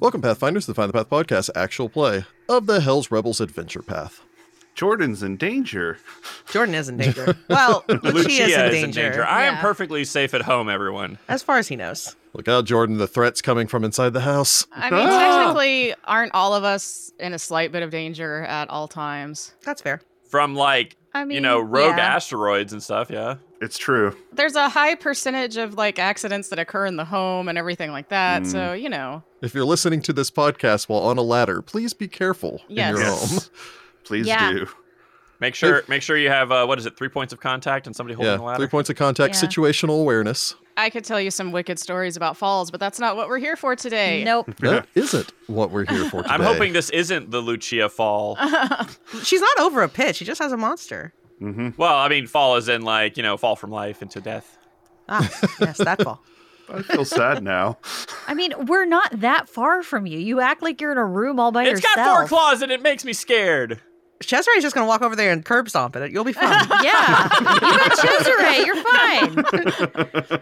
Welcome, Pathfinders, to the Find the Path podcast, actual play of the Hell's Rebels Adventure Path. Jordan's in danger. Jordan is in danger. Well, Lucia, is, in, danger, I am Yeah. perfectly safe at home, everyone. as far as he knows. Look out, Jordan, the threat's coming from inside the house. I mean, Ah. technically, aren't all of us in a slight bit of danger at all times? That's fair. From like I mean, you know rogue yeah. asteroids and stuff. Yeah. It's true. There's a high percentage of like accidents that occur in the home and everything like that. So Mm. you know, If you're listening to this podcast while on a ladder, please be careful Yes. in your Yes. home. Please Yeah. do. Make sure make sure you have uh, what is it? Three points of contact and somebody holding the Yeah, ladder. three points of contact, Yeah. situational awareness. I could tell you some wicked stories about falls, but that's not what we're here for today. Nope. That isn't what we're here for today. I'm hoping this isn't the Lucia fall. Uh-huh. She's not over a pit. She just has a monster. hmm well, I mean, fall is in like you know fall from life into death. Ah, yes, that fall. I feel sad now. I mean, we're not that far from you. You act like you're in a room all by It's yourself. got four claws and it makes me scared. Cesare's just gonna walk over there and curb stomp at it. You'll be fine. Yeah, you got Cesare. You're fine.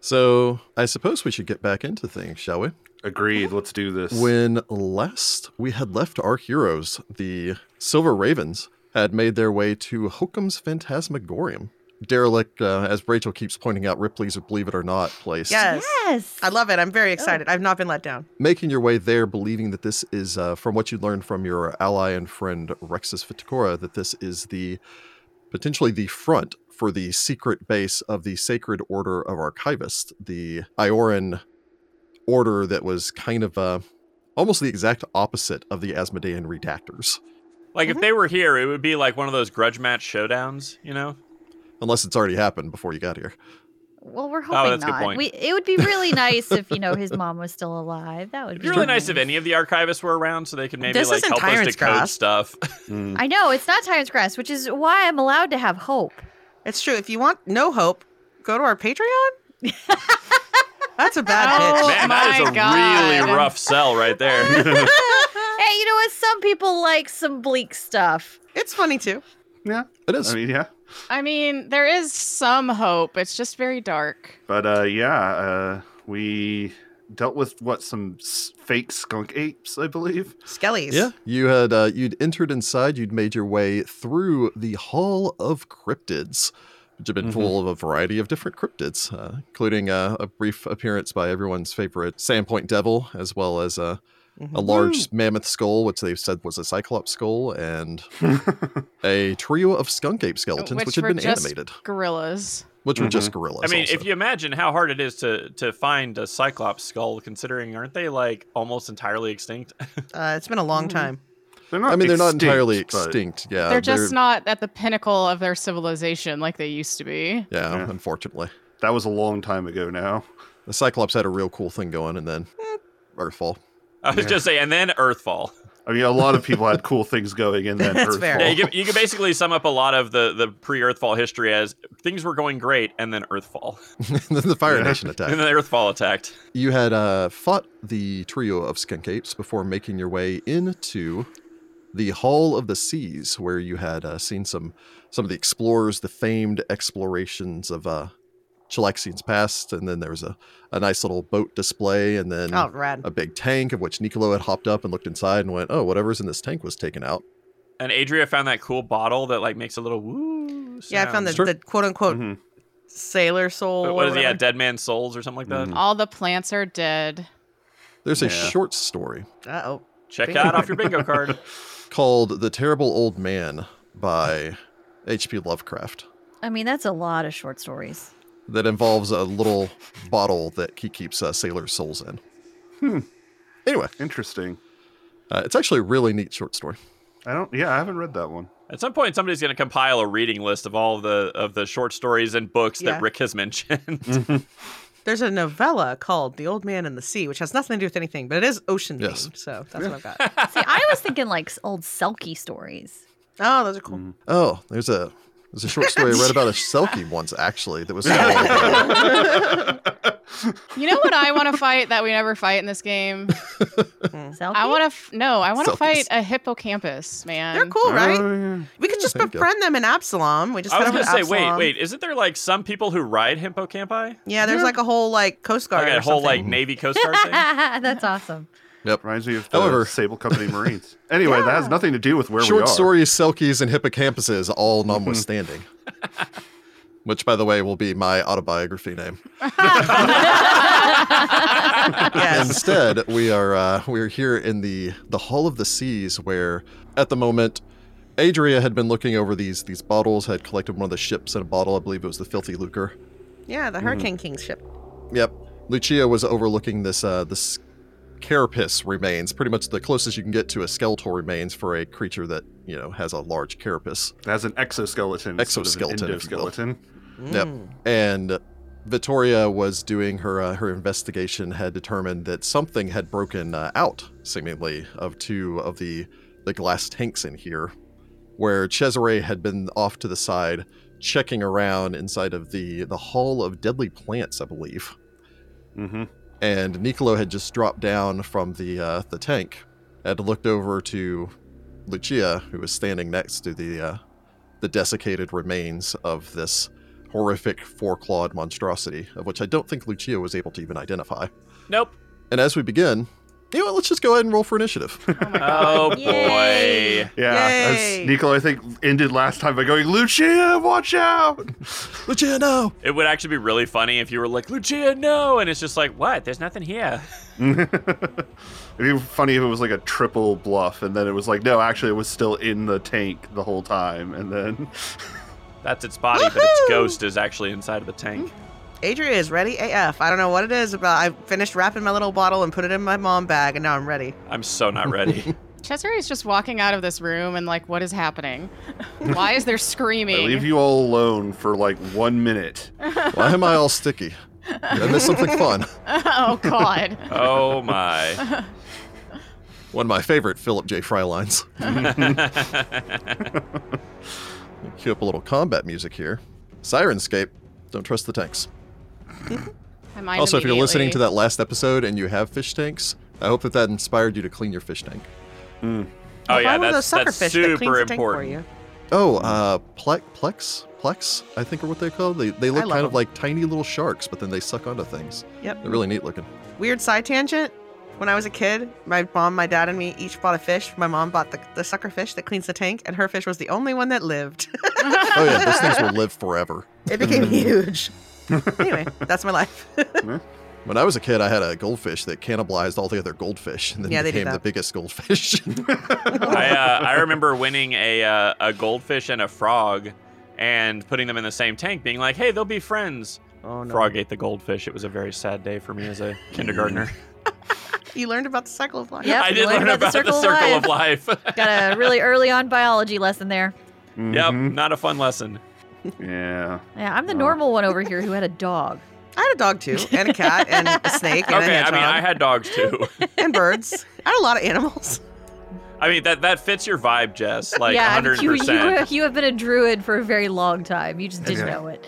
So I suppose we should get back into things, shall we? Agreed. Let's do this. When last we had left our heroes, the Silver Ravens had made their way to Hokum's Phantasmagorium. Derelict, uh, as Rachel keeps pointing out, Ripley's Believe It or Not place. yes. Yes. Uh, I love it. I'm very excited. I've not been let down. Making your way there, believing that this is, uh, from what you learned from your ally and friend Rexus Fitakora, that this is the potentially the front for the secret base of the Sacred Order of Archivists, the Ioran order that was kind of uh, almost the exact opposite of the Asmodean Redactors. Like Mm-hmm. if they were here, it would be like one of those grudge match showdowns. You know. unless it's already happened before you got here. Well, we're hoping Oh, that's a good not. point. We, it would be really nice if you know his mom was still alive. That would It'd be be really nice if any of the archivists were around, so they could maybe This like isn't help us to Tyrant's code Grasp. stuff. Mm. I know it's not Tyrant's grass, which is why I'm allowed to have hope. It's true. If you want no hope, go to our Patreon. That's a bad Oh. pitch. Man, that is my a God. really rough sell right there. Hey, you know what? Some people like some bleak stuff. It's funny too. Yeah. It is. I mean, yeah. I mean, there is some hope. It's just very dark. But uh, yeah, uh, we dealt with what some s- fake skunk apes, I believe. Skellies. yeah, you had uh, you'd entered inside. You'd made your way through the Hall of Cryptids, which have been full of a variety of different cryptids, uh, including uh, a brief appearance by everyone's favorite Sandpoint Devil, as well as uh, a large mammoth skull, which they said was a Cyclops skull, and a trio of skunk ape skeletons, which, Which had were been just animated, Gorillas. which were just gorillas. I mean, also. if you imagine how hard it is to to find a cyclops skull, considering aren't they like almost entirely extinct? Uh, it's been a Mm-hmm. long time. They're not. I mean, they're not extinct, entirely but- extinct. Yeah, they're just not at the pinnacle of their civilization like they used to be. Yeah, Yeah. unfortunately. That was a long time ago now. The Cyclops had a real cool thing going, and then eh, Earthfall. I was just saying, and then Earthfall. I mean, a lot of people had cool things going, and then That's Earthfall. fair. Yeah, you can, you can basically sum up a lot of the the pre Earthfall history as things were going great, and then Earthfall, And then the Fire Nation and attack. then Earthfall attacked. You had uh, fought the trio of skunk apes before making your way into the Hall of the Seas, where you had uh, seen some some of the explorers, the famed explorations of uh, Chilaxian's past, and then there was a, a nice little boat display, and then Oh, rad. a big tank of which Nicolo had hopped up and looked inside and went, "Oh, whatever's in this tank was taken out." And Adria found that cool bottle that like makes a little woo. Sound. Yeah, I found the, Sure. the quote unquote Mhm. sailor soul. What or is it? Yeah, whatever. Dead Man's Souls or something like that. All the plants are dead. There's a Yeah. short story Uh-oh. Check that off your bingo card. called The Terrible Old Man by H.P. Lovecraft I mean, that's a lot of short stories. that involves a little bottle that he keeps uh, sailor souls in. Hmm. Anyway, Interesting. uh, it's actually a really neat short story. I don't. Yeah, I haven't read that one. At some point, somebody's going to compile a reading list of all the of the short stories and books Yeah. that Rick has mentioned. There's a novella called The Old Man and the Sea, which has nothing to do with anything, but it is ocean Yes. themed. So that's what I've got. See, I was thinking like s- old Selkie stories. Oh, those are cool. Oh, there's a there's a short story I read about a selkie once actually that was uh, so You know what I want to fight that we never fight in this game? Hmm. Selkie? I want to f- no, I want to Selkies. fight a hippocampus, man. They're cool, right? Oh, yeah. We could just there you go. befriend them in Absalom. We just I was head over going to say, wait, Absalom. wait, isn't there like some people who ride hippocampi? Yeah, there's like a whole like Coast Guard. Like a or whole like something. Navy Coast Guard thing? That's awesome. Yep. Reminds me of the However- Sable Company Marines. Anyway, that has nothing to do with where we are. Mm-hmm. Short stories, selkies, and hippocampuses, all notwithstanding. Which, by the way, will be my autobiography name. Yes. Instead, we are uh, we are here in the the Hall of the Seas, where at the moment, Adria had been looking over these these bottles, had collected one of the ships in a bottle. I believe it was the Filthy Lucre. yeah, the Mm-hmm. Hurricane King's ship. Yep. Lucia was overlooking this uh, this carapace remains, pretty much the closest you can get to a skeletal remains for a creature that you know has a large carapace. It has an exoskeleton. instead of an Exoskeleton, if you will. endoskeleton. Yep. Mm. and Vittoria was doing her uh, her investigation had determined that something had broken uh, out seemingly of two of the the glass tanks in here where Cesare had been off to the side checking around inside of the the hall of deadly plants I believe Mm-hmm. and Niccolo had just dropped down from the uh, the tank and looked over to Lucia who was standing next to the uh, the desiccated remains of this horrific four-clawed monstrosity of which I don't think Lucia was able to even identify. Nope. And as we begin, you know what, let's just go ahead and roll for initiative. Oh Yay. boy. Yeah, Yay. as Nico, I think, ended last time by going, Lucia, watch out! Lucia, no! It would actually be really funny if you were like, Lucia, no. And it's just like, what? There's nothing here. It'd be funny if it was like a triple bluff, and then it was like, no, actually, it was still in the tank the whole time, and then That's its body, but its ghost is actually inside of the tank. Adria is ready AF. I don't know what it is about. I finished wrapping my little bottle and put it in my mom bag, and now I'm ready. I'm so not ready. Cesare is just walking out of this room and like, what is happening? Why is there I screaming? leave you all alone for like one minute. Why am I all sticky? Did I missed something fun. oh God. oh my. One of my favorite Philip J. Fry lines. Cue up a little combat music here. Sirenscape. Don't trust the tanks. My mind also, if you're listening to immediately- that last episode and you have fish tanks, I hope that that inspired you to clean your fish tank. Oh Buy yeah, one of that's, those sucker that's fish that super cleans the tank for important. you. Oh, uh, Plex, Plex, Plex, I think are what they call. They they look love kind of them. like tiny little sharks, but then they suck onto things. Yep. They're really neat looking. Weird side tangent. When I was a kid, my mom, my dad, and me each bought a fish. My mom bought the, the sucker fish that cleans the tank, and her fish was the only one that lived. Oh yeah, those things will live forever. it became huge. anyway, that's my life. When I was a kid, I had a goldfish that cannibalized all the other goldfish, and then Yeah, they do became the that. biggest goldfish. I, uh, I remember winning a uh, a goldfish and a frog, and putting them in the same tank, being like, "Hey, they'll be friends." oh no. Frog ate the goldfish. It was a very sad day for me as a kindergartner. You learned about the cycle of life. Yep. I did learned learn about the circle, of life. Got a really early on biology lesson there. yep, Mhm. not a fun lesson. Yeah. Yeah, I'm the Oh. normal one over here who had a dog. I had a dog too, and a cat, and a snake, and a okay, I hedgehog, mean, I had dogs too. and birds. I had a lot of animals. I mean, that that fits your vibe, Jess. Like, yeah, hundred you, you, percent. you have been a druid for a very long time. You just didn't Yeah. know it.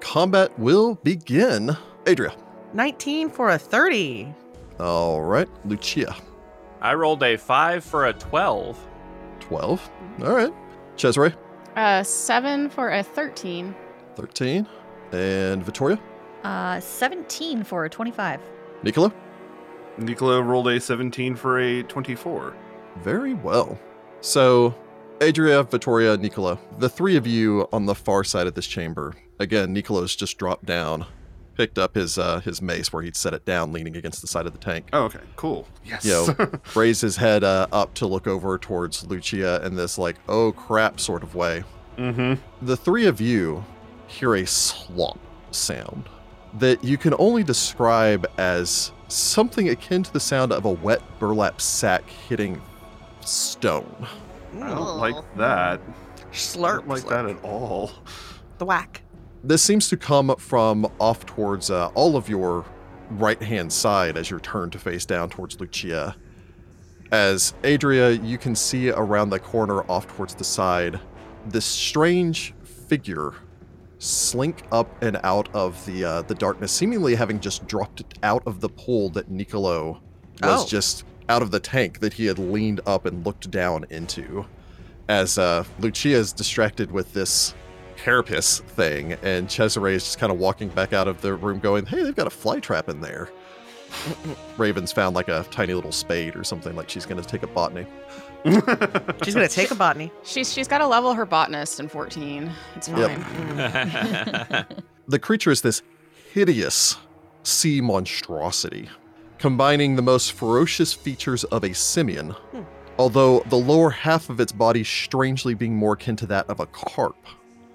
Combat will begin. Adria. 19 for a 30. All right, Lucia. I rolled a five for a twelve. Twelve. All right, Cesare. Uh, seven for a thirteen. Thirteen. And Vittoria. Uh, 17 for a 25. Nicola. Nicola rolled a 17 for a 24. Very well. So, Adria, Vittoria, Nicola, the three of you on the far side of this chamber. Again, Nicolo's just dropped down, picked up his uh, his mace where he'd set it down, leaning against the side of the tank. Oh, okay, cool. Yes. Yo. Raised his head uh, up to look over towards Lucia in this like oh crap sort of way. mm-hmm. The three of you hear a slop sound that you can only describe as something akin to the sound of a wet burlap sack hitting stone. I don't like that. I Slurp. don't like slurp. that at all. The whack. this seems to come from off towards uh, all of your right hand side as you're turned to face down towards Lucia. As Adria, you can see around the corner off towards the side this strange figure slink up and out of the uh, the darkness, seemingly having just dropped it out of the pool that Niccolo was Oh. just out of the tank that he had leaned up and looked down into. As uh, Lucia is distracted with this carapace thing, and Cesare is just kind of walking back out of the room, going, "Hey, they've got a fly trap in there." Raven's found like a tiny little spade or something, like she's going to take a botany. She's gonna take a botany. She's she's got to level her botanist in 14. It's fine. Yep. yeah. The creature is this hideous sea monstrosity, combining the most ferocious features of a simian, Hmm. although the lower half of its body strangely being more akin to that of a carp.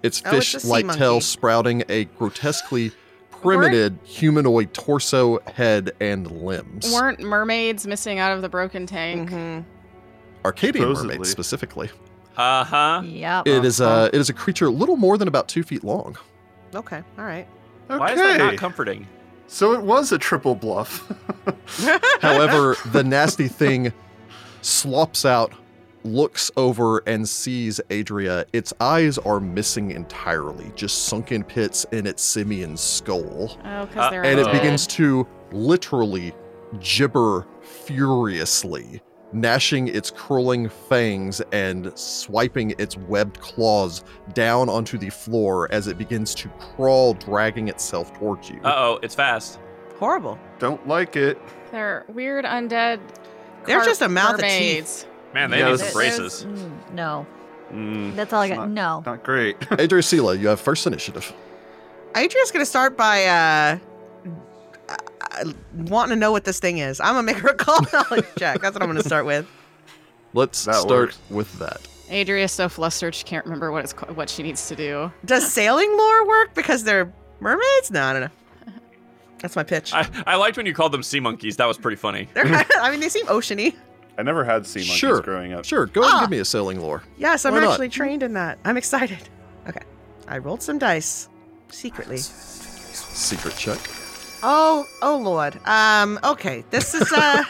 Its Oh, it's fish a sea like tail monkey. sprouting a grotesquely primitive humanoid torso, head, and limbs. Weren't mermaids missing out of the broken tank? Mhm. Arcadian Supposedly. mermaids specifically. Uh-huh. Uh huh. Yep. It is a it is a creature little more than about two feet long. Okay, all right. Why is that Okay. not comforting? so it was a triple bluff. However, the nasty thing slops out, looks over, and sees Adria. Its eyes are missing entirely, just sunken pits in its simian skull. Oh, because Uh, they're And it undead. begins to literally gibber furiously, gnashing its curling fangs and swiping its webbed claws down onto the floor as it begins to crawl, dragging itself towards you. Uh oh, it's fast. Horrible. Don't like it. They're weird undead. They're carp just a mouth of teeth. mermaids. Man, they Yeah, need this some is- braces. Mm, no, Mm, that's all I It's got. No. not great. Adria Sela, you have first initiative. Adria's gonna start by uh, uh, uh, wanting to know what this thing is. I'm gonna make her a call knowledge check. That's what I'm gonna start with. Let's That start works. with that. Adria's so flustered she can't remember what it's ca- what she needs to do. Does sailing lore work because they're mermaids? No, I don't know. That's my pitch. I, I liked when you called them sea monkeys. That was pretty funny. They're kind of, I mean, they seem oceany. I never had sea monkeys Sure. growing up. Uh, Sure, go ahead Ah. and give me a sailing lore. Yes, I'm Why not? actually trained in that. I'm excited. Okay, I rolled some dice secretly. Secret check. Oh, oh Lord. Um, okay. This is uh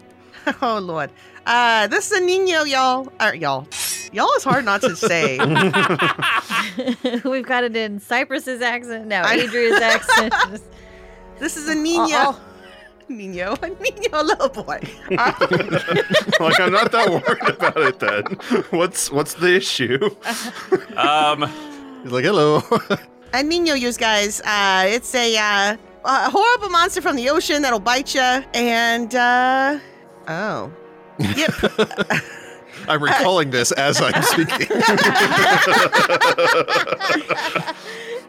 Oh Lord. Uh this is a Nino y'all. Uh, y'all. Y'all is hard not to say. We've got it in Cyprus's accent now. I- Adria's accent. Just- This is a Nino. Nino, a Nino little boy. Uh, like I'm not that worried about it then. What's what's the issue? Um, He's like, hello. a Nino, you guys. Uh, it's a uh, a horrible monster from the ocean that'll bite you. And uh, oh, yep. I'm recalling this as I'm speaking.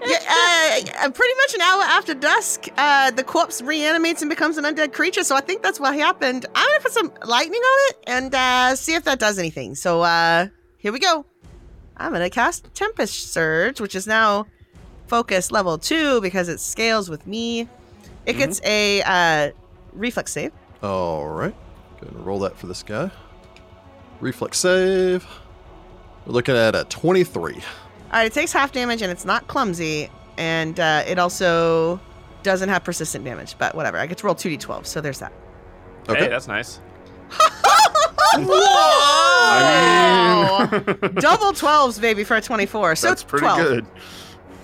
yeah, uh, pretty much an hour after dusk, uh, the corpse reanimates and becomes an undead creature. So I think that's what happened. I'm gonna put some lightning on it and uh, see if that does anything. So uh, here we go. I'm gonna cast Tempest Surge, which is now focus level two because it scales with me. It gets a uh, reflex save. All right. Gonna roll that for this guy. Reflex save. We're looking at a 23. All right, it takes half damage and it's not clumsy, and uh, it also doesn't have persistent damage. But whatever, I get to roll two d12, so there's that. Okay. Hey, that's nice. I mean, Double 12s, baby, for a 24. So that's pretty 12. good.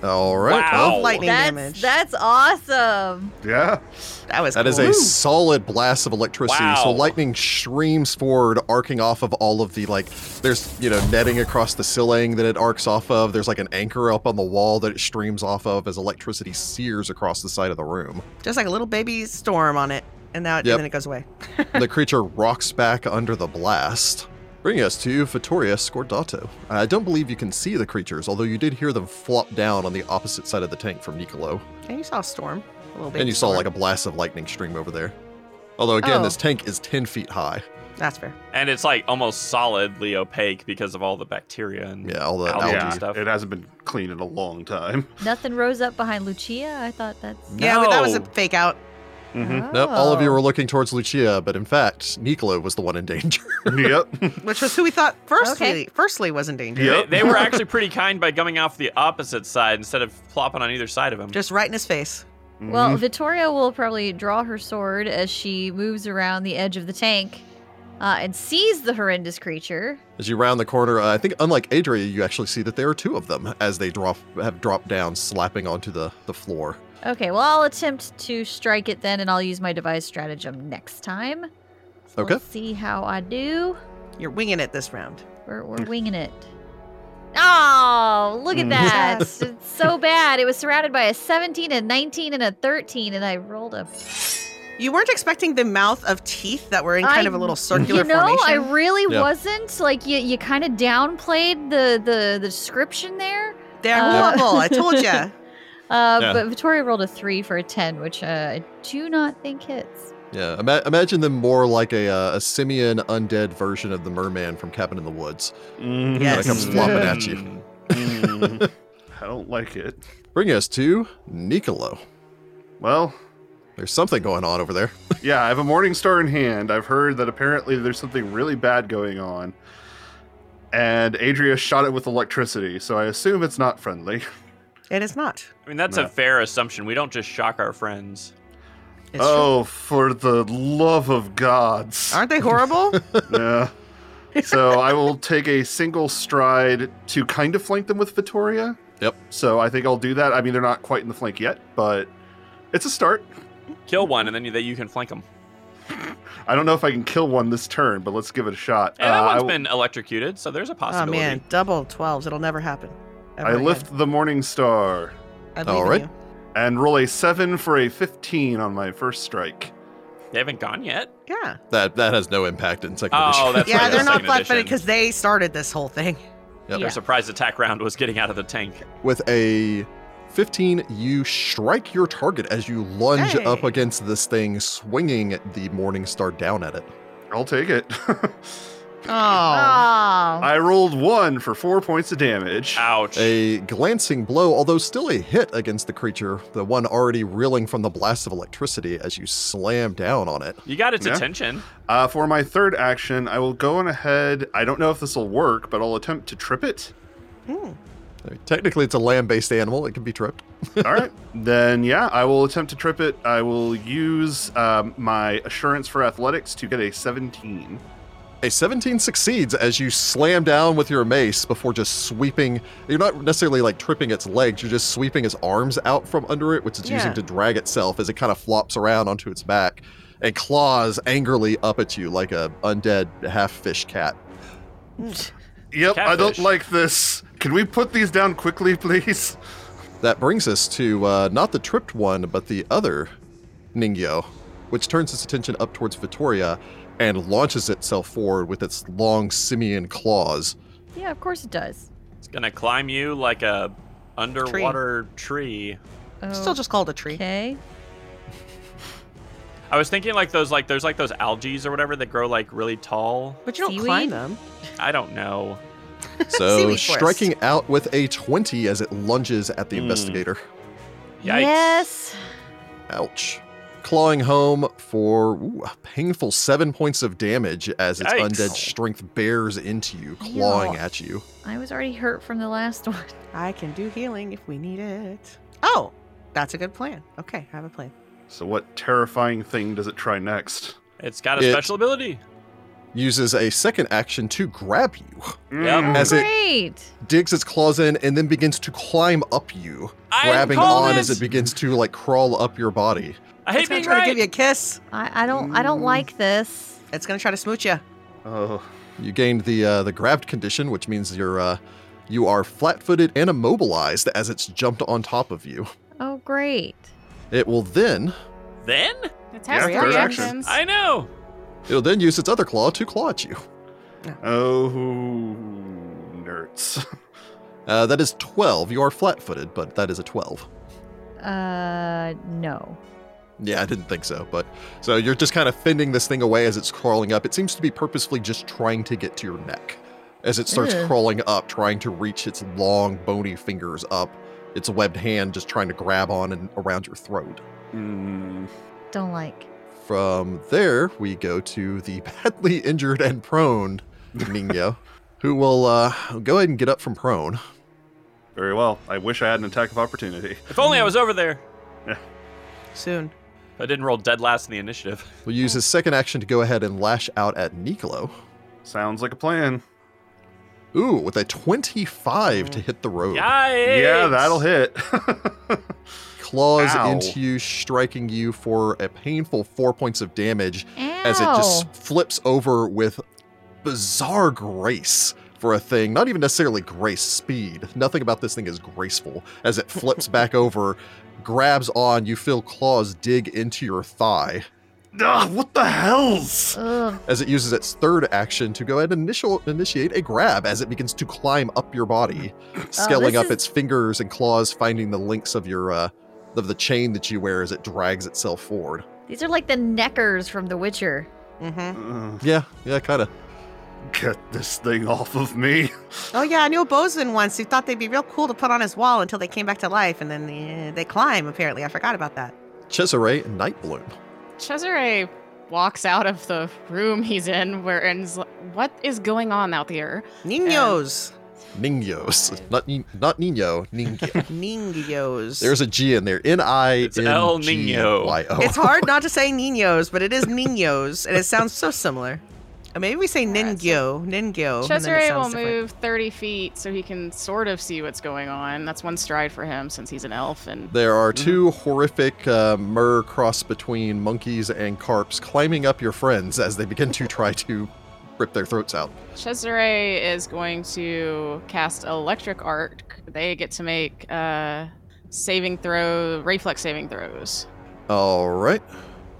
All right. Wow. well, Lightning that's damage. that's awesome. Yeah. that was that is cool. a solid blast of electricity. So Wow. lightning streams forward, arcing off of all of the like. There's you know netting across the ceiling that it arcs off of. There's like an anchor up on the wall that it streams off of as electricity sears across the side of the room. just like a little baby storm on it, and now it, Yep. and then it goes away. the creature rocks back under the blast. Bringing us to Vittoria Scordato. I don't believe you can see the creatures, although you did hear them flop down on the opposite side of the tank from Nicolo. And you saw a storm, a little baby. And you saw like a blast of lightning stream over there. Although, again, Oh. this tank is 10 feet high. That's fair. And it's like almost solidly opaque because of all the bacteria and Yeah, all the Algae. algae. yeah. stuff. It hasn't been clean in a long time. Nothing rose up behind Lucia. I thought that's. Yeah, but that was a No. fake out. Mhm. Nope, all of you Oh. were looking towards Lucia, but in fact, Nicolo was the one in danger. yep. Which was who we thought firstly, Okay. firstly was in danger. Yeah. They, Yep. they were actually pretty kind by coming off the opposite side instead of plopping on either side of him. Just right in his face. Well, Vittoria will probably draw her sword as she moves around the edge of the tank uh, and sees the horrendous creature. As you round the corner, uh, I think, unlike Adria, you actually see that there are two of them as they drop, have dropped down, slapping onto the, the floor. Okay, well, I'll attempt to strike it then, and I'll use my device stratagem next time. So Okay. Let's see how I do. You're winging it this round. We're, we're winging it. Oh, look at Mm. that. Yes. It's so bad. It was surrounded by a 17, a 19, and a 13, and I rolled a You weren't expecting the mouth of teeth that were in kind I- of a little circular You know, I formation. really Yeah. wasn't. Like you, you kind of downplayed the, the the description there. They're uh, horrible. I told you. Uh, Yeah. But Vittoria rolled a three for a ten, which uh, I do not think hits. Yeah, ima- imagine them more like a, uh, a simian undead version of the merman from Cabin in the Woods. Mm, Yeah, Yes. That comes flopping at you. Mm. mm, I don't like it. Bring us to Nicolo. Well, There's something going on over there. yeah, I have a Morning Star in hand. I've heard that apparently there's something really bad going on. And Adria shot it with electricity, so I assume it's not friendly. It is not. I mean, that's No. a fair assumption. We don't just shock our friends. It's oh, for the love of gods. true. Aren't they horrible? Oh, yeah. So I will take a single stride to kind of flank them with Vittoria. Yep. So I think I'll do that. I mean, they're not quite in the flank yet, but it's a start. Kill one, and then you, that you can flank them. I don't know if I can kill one this turn, but let's give it a shot. And Uh, that I one's will- been electrocuted, so there's a oh possibility. man, double twelves. It'll never happen. Ever I again. lift the Morning Star I believe All in right. you. and roll a 7 for a 15 on my first strike. They haven't gone yet. Yeah. That that has no impact in second Oh, edition. that's yeah, right, they're that's not second flat footed edition. because they started this whole thing. Yep. Their surprise attack round was getting out of the tank. With a 15, you strike your target as you lunge Hey. up against this thing, swinging the Morning Star down at it. I'll take it. Oh. Oh, I rolled 1 for 4 points of damage. Ouch. A glancing blow, although still a hit against the creature, the one already reeling from the blast of electricity as you slam down on it. You got its Yeah. attention. Uh, for my third action, I will go on ahead. I don't know if this will work, but I'll attempt to trip it. Hmm. I mean, Technically, it's a land based animal, it can be tripped. All right. Then, yeah, I will attempt to trip it. I will use um, my assurance for athletics to get a 17. A 17 succeeds as you slam down with your mace before just sweeping. You're not necessarily like tripping its legs, you're just sweeping its arms out from under it, which it's Yeah. using to drag itself as it kind of flops around onto its back and claws angrily up at you like a undead half fish cat. Yep, I don't Catfish. like this. Can we put these down quickly, please? That brings us to uh, not the tripped one, but the other Ningyo, which turns its attention up towards Vittoria and launches itself forward with its long simian claws. yeah, of course it does. It's gonna climb you like a underwater tree. Oh, Still just called a tree. okay. I was thinking like those like there's like those algaes or whatever that grow like really tall. But you don't Seaweed? climb them. I don't know. So Seaweed forest. striking out with a 20 as it lunges at the Hmm. investigator. Yikes. Yes. Ouch. Clawing home for ooh, a painful seven points of damage as its Yikes. undead strength bears into you, clawing Ew. at you. I was already hurt from the last one. I can do healing if we need it. Oh, that's a good plan. Okay, I have a plan. So, what terrifying thing does it try next? It's got a It- special ability. Uses a second action to grab you, Mm. As it- Great. digs its claws in, and then begins to climb up you, I grabbing call on it. as it begins to like crawl up your body. I hate it's gonna being try right. to give you a kiss. I, I don't. I don't Mm. like this. It's gonna try to smooch you. oh, You gained the uh, the grabbed condition, which means you're uh, you are flat-footed and immobilized as it's jumped on top of you. Oh, great. It will then Then It has Yeah, three third action. actions. I know. it'll then use its other claw to claw at you. oh, nerds. Uh, that is 12. You are flat footed, but that is a 12. Uh, no. Yeah, I didn't think so. But so you're just kind of fending this thing away as it's crawling up. It seems to be purposefully just trying to get to your neck as it starts Ugh. crawling up, trying to reach its long, bony fingers up, its webbed hand just trying to grab on and around your throat. Mm. Don't like. From there, we go to the badly injured and prone Mingo, who will uh, go ahead and get up from prone. Very well. I wish I had an attack of opportunity. If only I was over there. Soon. I didn't roll dead last in the initiative. will use his second action to go ahead and lash out at Nicolo. Sounds like a plan. Ooh, with a 25 to hit the road. Yikes. Yeah, that'll hit. Claws Ow. into you, striking you for a painful four points of damage Ow. as it just flips over with bizarre grace for a thing. Not even necessarily grace, speed. Nothing about this thing is graceful. As it flips back over, grabs on, you feel claws dig into your thigh. Ugh, what the hells? Ugh. as it uses its third action to go ahead and initial initiate a grab as it begins to climb up your body, scaling this up is- its fingers and claws, finding the links of your uh, of the chain that you wear as it drags itself forward. These are like the neckers from The Witcher. Mm-hmm. Ugh, Yeah, yeah, kind of. Uh, Get this thing off of me. Oh yeah, I knew a bozeman once who thought they'd be real cool to put on his wall until they came back to life, and then eh, they climb. Apparently, I forgot about that. Cesare Nightbloom. Cesare walks out of the room he's in, where and is like, what is going on out there? Niños, Ningos. Not ni- not Nino, Ningyo. niños. There's a G in there. N I It's El N G Y O. It's hard not to say niños, but it is niños, and it sounds so similar. Or maybe we say ningyo, ningyo. and then it Cesare will sounds different. move 30 feet so he can sort of see what's going on. That's one stride for him since he's an elf. And There are 2 horrific uh, myrrh cross between monkeys and carps climbing up your friends as they begin to try to rip their throats out. Cesare is going to cast Electric Arc. They get to make uh, saving throw, reflex saving throws. All right.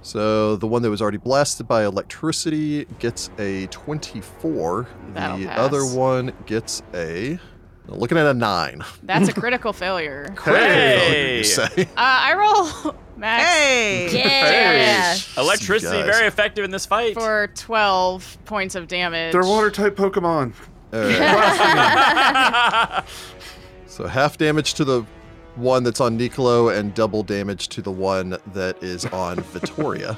So the one that was already blasted by electricity gets a 24. That'll the pass. other one gets a. Looking at a nine. That's a critical failure. Uh, Critical failure, Hey! you say. I roll max Hey, Yeah. Electricity Guys. very effective in this fight. for 12 points of damage. They're water type Pokemon. All right. So half damage to the one that's on Nicolo and double damage to the one that is on Vittoria.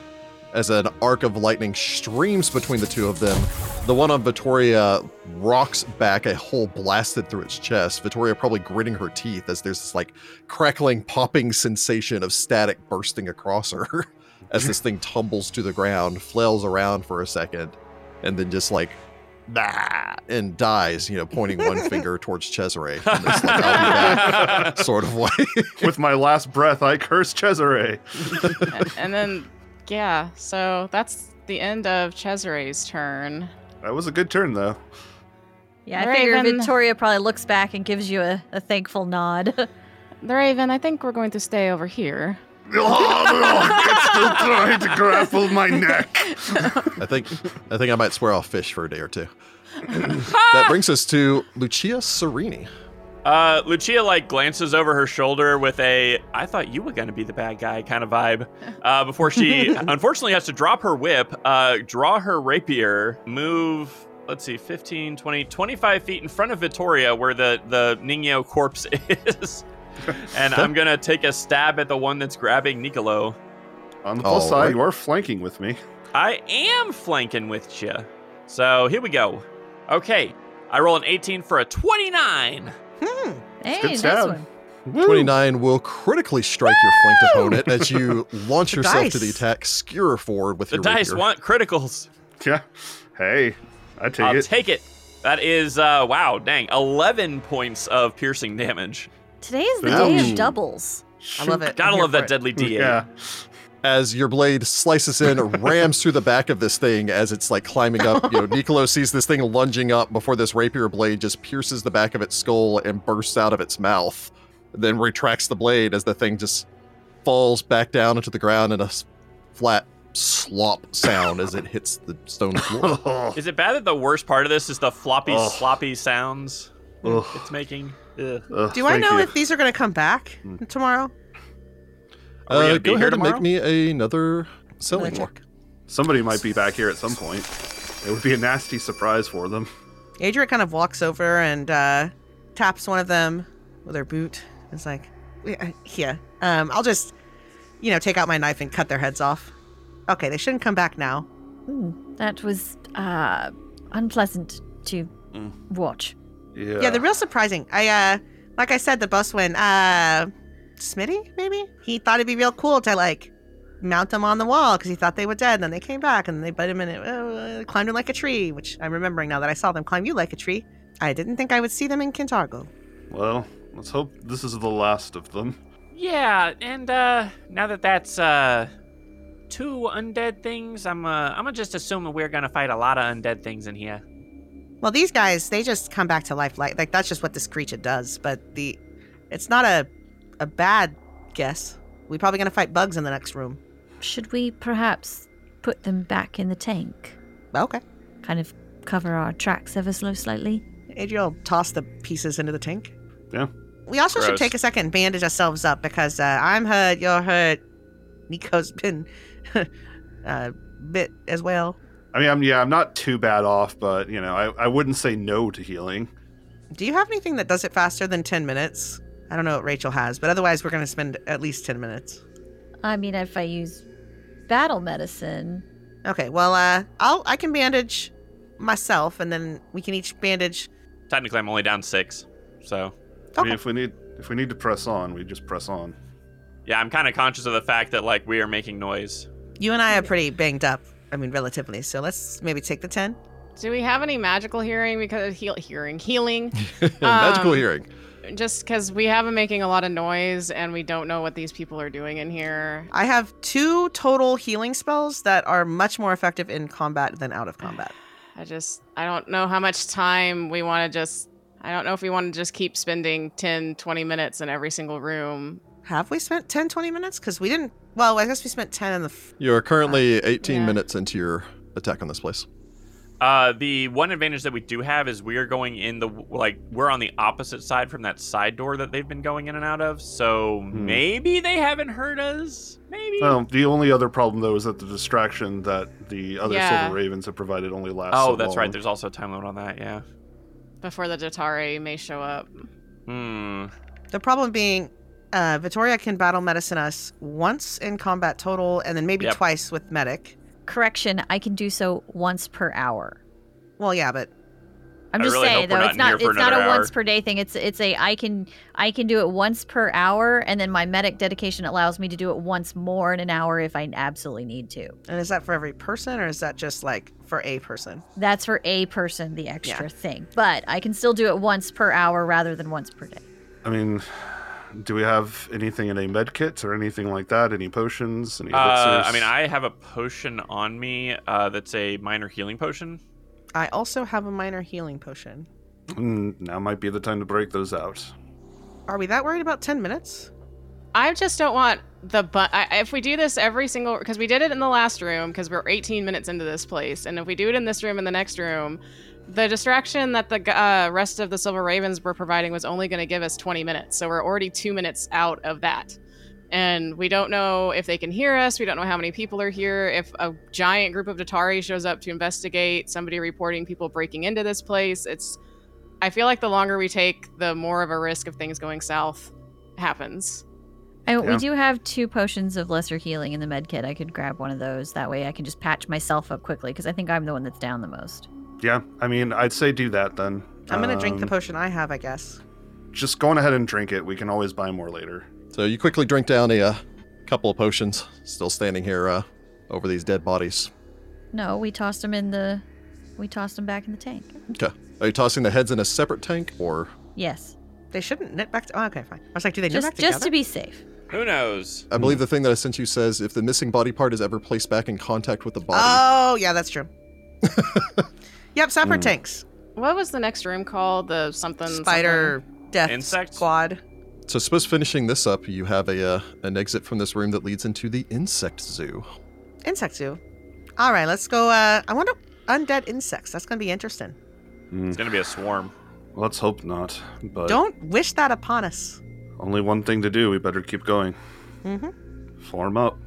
As an arc of lightning streams between the two of them, the one on Vittoria rocks back a hole blasted through its chest. Vittoria probably gritting her teeth as there's this like crackling, popping sensation of static bursting across her as this thing tumbles to the ground, flails around for a second, and then just like bah, and dies, you know, pointing one finger towards Cesare. And it's like, I'll be back sort of way. With my last breath, I curse Cesare. and, and then, yeah, so that's the end of Cesare's turn. That was a good turn, though. Yeah, I figure Raven. Victoria probably looks back and gives you a, a thankful nod. The Raven, I think we're going to stay over here. Oh, it's still trying to grapple my neck. I think I think I might swear I'll fish for a day or two. that brings us to Lucia Serini. Uh, Lucia like glances over her shoulder with a "I thought you were gonna be the bad guy" kind of vibe. Uh, before she unfortunately has to drop her whip, uh, draw her rapier, move. Let's see, 15, 20, 25 feet in front of Vittoria, where the the Nino corpse is, and I'm gonna take a stab at the one that's grabbing Nicolo. On the Oh, plus side, Alright. you are flanking with me. I am flanking with you, so here we go. Okay, I roll an 18 for a 29. Hmm. hey, good nice stab. one. Woo. 29 will critically strike your flanked opponent as you launch The yourself to the dice. attack, skewer forward with The your dice rapier. want criticals. Yeah. Hey, I take I'll it. take it. That is, uh, wow, dang, 11 points of piercing damage. Today is the day Ouch. of doubles. I love it. Gotta I'm here love for that it. deadly D8. yeah. As your blade slices in, rams through the back of this thing as it's like climbing up. You know, Nicolo sees this thing lunging up before this rapier blade just pierces the back of its skull and bursts out of its mouth, then retracts the blade as the thing just falls back down into the ground in a s- flat slop sound as it hits the stone floor. Oh, Is it bad that the worst part of this is the floppy, Ugh. sloppy sounds Ugh. it's making? Ugh. Ugh, Do I thank know you. if these are going to come back Mm. tomorrow? Are we gonna be Uh, go here ahead and tomorrow? make me another selling Another check. Somebody might be back here at some point. It would be a nasty surprise for them. Adria kind of walks over and uh, taps one of them with her boot. It's like, "Yeah, here, um, I'll just, you know, take out my knife and cut their heads off. Okay, they shouldn't come back now. Hmm, that was uh, unpleasant to Mm. watch. Yeah. Yeah, they're real surprising. I, uh, like I said, the bus went, uh, Smitty, maybe? He thought it'd be real cool to, like, mount them on the wall because he thought they were dead. then they came back and they bit him and it uh, climbed him like a tree, which I'm remembering now that I saw them climb you like a tree. I didn't think I would see them in Kintargo. well, let's hope this is the last of them. Yeah, and uh, now that that's uh, two undead things, I'm uh, I'm gonna just assume that we're gonna fight a lot of undead things in here. Well, these guys, they just come back to life. Like, like that's just what this creature does. But the, it's not a, a bad guess. We're probably gonna fight bugs in the next room. Should we perhaps put them back in the tank. Okay. Kind of cover our tracks ever so slightly. Adriel will toss the pieces into the tank. Yeah. We also should Gross. take a second and bandage ourselves up because uh, I'm hurt, you're hurt. Nico's been uh, bit as well. I mean, I'm, yeah, I'm not too bad off, but you know, I, I wouldn't say no to healing. Do you have anything that does it faster than 10 minutes? I don't know what Rachel has, but otherwise, we're going to spend at least 10 minutes. I mean, if I use battle medicine, Okay, well, uh, I'll, I can bandage myself and then we can each bandage. Technically, I'm only down six. So, I Okay. mean, if we need if we need to press on, we just press on. yeah, I'm kind of conscious of the fact that, like, we are making noise. You and I are pretty banged up. I mean, relatively. So let's maybe take the 10. Do we have any magical hearing because heal, hearing healing? Magical Um, hearing. Just because we have been making a lot of noise and we don't know what these people are doing in here. I have two total healing spells that are much more effective in combat than out of combat. I just I don't know how much time we want to just. I don't know if we want to just keep spending 10, 20 minutes in every single room. Have we spent 10, 20 minutes? Because we didn't. Well, I guess we spent 10 in the. F- You are currently 18 uh, yeah. minutes into your attack on this place. Uh, the one advantage that we do have is we are going in the like we're on the opposite side from that side door that they've been going in and out of. So Hmm. maybe they haven't heard us. Maybe. Well, the only other problem though is that the distraction that the other Yeah. silver ravens have provided only lasts. oh, so that's right. long. There's also a time limit on that. Yeah. Before the Jatari may show up. Hmm. the problem being, uh, Vittoria can battle medicine us once in combat total and then maybe Yep. twice with medic. correction, I can do so once per hour. Well, yeah, but I'm I just really saying hope we're though, not it's in here not for it's not a another hour. once per day thing. It's it's a I can I can do it once per hour, and then my medic dedication allows me to do it once more in an hour if I absolutely need to. and is that for every person or is that just like for a person? That's for a person, the extra thing. But I can still do it once per hour rather than once per day. I mean, do we have anything in a med kit or anything like that? Any potions? Any Uh, elixirs? I mean, I have a potion on me uh, that's a minor healing potion. I also have a minor healing potion. Mm, now might be the time to break those out. Are we that worried about 10 minutes? I just don't want the but I, if we do this every single because we did it in the last room because we're 18 minutes into this place and if we do it in this room and the next room the distraction that the g- uh, rest of the silver ravens were providing was only going to give us 20 minutes so we're already two minutes out of that and we don't know if they can hear us we don't know how many people are here if a giant group of datari shows up to investigate somebody reporting people breaking into this place it's i feel like the longer we take the more of a risk of things going south happens And we Yeah. do have two potions of lesser healing in the med kit. I could grab one of those. That way I can just patch myself up quickly because I think I'm the one that's down the most. Yeah, I mean, I'd say do that then. I'm going to drink the Um, potion I have, I guess. Just go on ahead and drink it. We can always buy more later. So you quickly drink down a, uh couple of potions, still standing here uh, over these dead bodies. No, we tossed them in the we tossed them back in the tank. Okay. Are you tossing the heads in a separate tank or Yes. They shouldn't knit back. To- oh, okay, fine. I was like, do they knit Just back together? just to be safe. Who knows? I believe the thing that I sent you says if the missing body part is ever placed back in contact with the body. Oh, yeah, that's true. yep, separate Mm. tanks. What was the next room called? The something Spider death Insect? squad. so suppose finishing this up, you have a uh, an exit from this room that leads into the insect zoo. Insect zoo. All right, let's go. Uh, I wonder undead insects. That's gonna be interesting. Hmm. It's gonna be a swarm. Let's hope not. But Don't wish that upon us. only one thing to do. We better keep going. hmm Form up.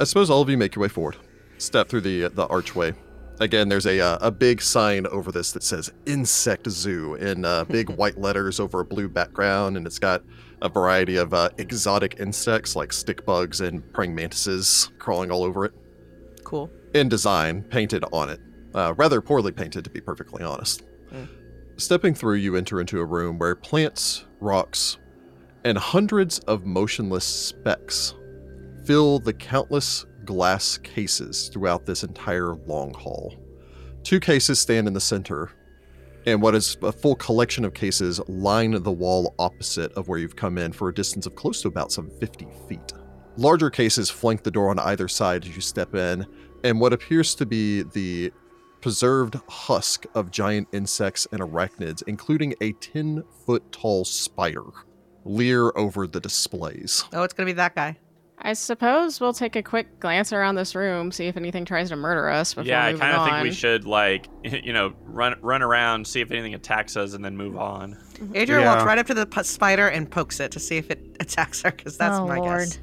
I suppose all of you make your way forward. Step through the the archway. Again, there's a uh, a big sign over this that says Insect Zoo in uh, big white letters over a blue background, and it's got a variety of uh, exotic insects like stick bugs and praying mantises crawling all over it. Cool. in design painted on it. Uh, rather poorly painted, to be perfectly honest. Mm. Stepping through, you enter into a room where plants, rocks, and hundreds of motionless specks fill the countless glass cases throughout this entire long hall. Two cases stand in the center, and what is a full collection of cases line the wall opposite of where you've come in for a distance of close to about some 50 feet. Larger cases flank the door on either side as you step in, and what appears to be the preserved husk of giant insects and arachnids, including a 10 foot tall spider, leer over the displays. Oh, it's gonna be that guy. I suppose we'll take a quick glance around this room, see if anything tries to murder us before yeah, I moving kind of think on. we should like you know run run around, see if anything attacks us, and then move on. Adrian Yeah. walks right up to the p- spider and pokes it to see if it attacks her, because that's oh, my Lord. guess.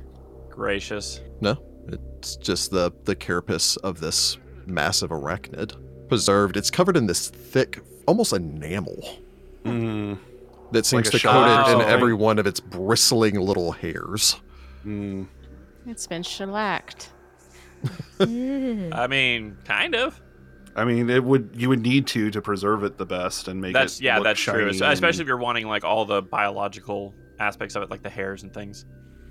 Gracious. No, it's just the the carapace of this massive arachnid preserved. It's covered in this thick, almost enamel Mm, that seems a to shell coat or it in something. every one of its bristling little hairs. mm. It's been shellacked. Ew. I mean, kind of. I mean, it would you would need to to preserve it the best and make That's it. yeah, look that's true. shiny Es- and- Especially if you're wanting like all the biological aspects of it, like the hairs and things.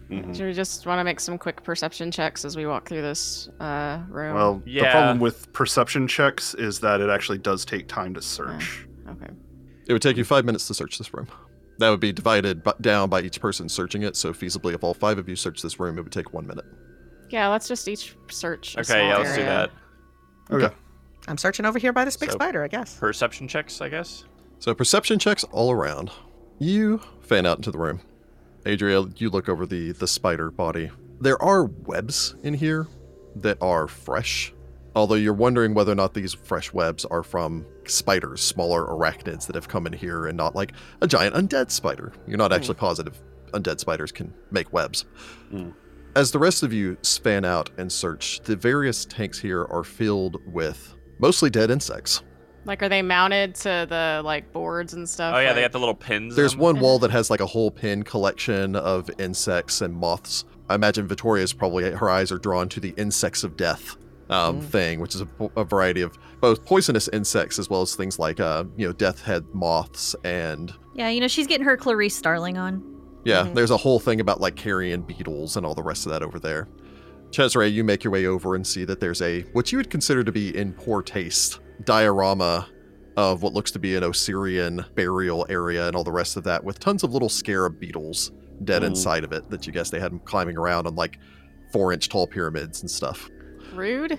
Mm. Mhm. Do we just want to make some quick perception checks as we walk through this uh, room? Well, the Yeah. problem with perception checks is that it actually does take time to search. okay. It would take you five minutes to search this room. That would be divided bu- down by each person searching it. So feasibly, if all five of you search this room, it would take one minute. Yeah, let's just each search. a Okay, yeah, small let's do area. that. Okay. I'm searching over here by this big So- spider, I guess. Perception checks, I guess. So perception checks all around. You fan out into the room. Adria, you look over the the spider body. There are webs in here that are fresh. Although you're wondering whether or not these fresh webs are from spiders, smaller arachnids that have come in here and not like a giant undead spider. You're not actually positive undead spiders can make webs. Hmm. As the rest of you span out and search, the various tanks here are filled with mostly dead insects. Like, are they mounted to the like boards and stuff? Oh yeah, they got Like- the little pins. There's on one Mhm. wall that has like a whole pin collection of insects and moths. I imagine Vittoria's probably her eyes are drawn to the insects of death um, Mm. thing, which is a, po- a variety of both poisonous insects as well as things like uh, you know death head moths and yeah, you know, she's getting her Clarice Starling on. yeah. Mhm. There's a whole thing about like carrion beetles and all the rest of that over there. Cesare, you make your way over and see that there's a what you would consider to be in poor taste diorama of what looks to be an Osirian burial area and all the rest of that, with tons of little scarab beetles dead Mm. inside of it that you guess they had 'em climbing around on like four inch tall pyramids and stuff. rude.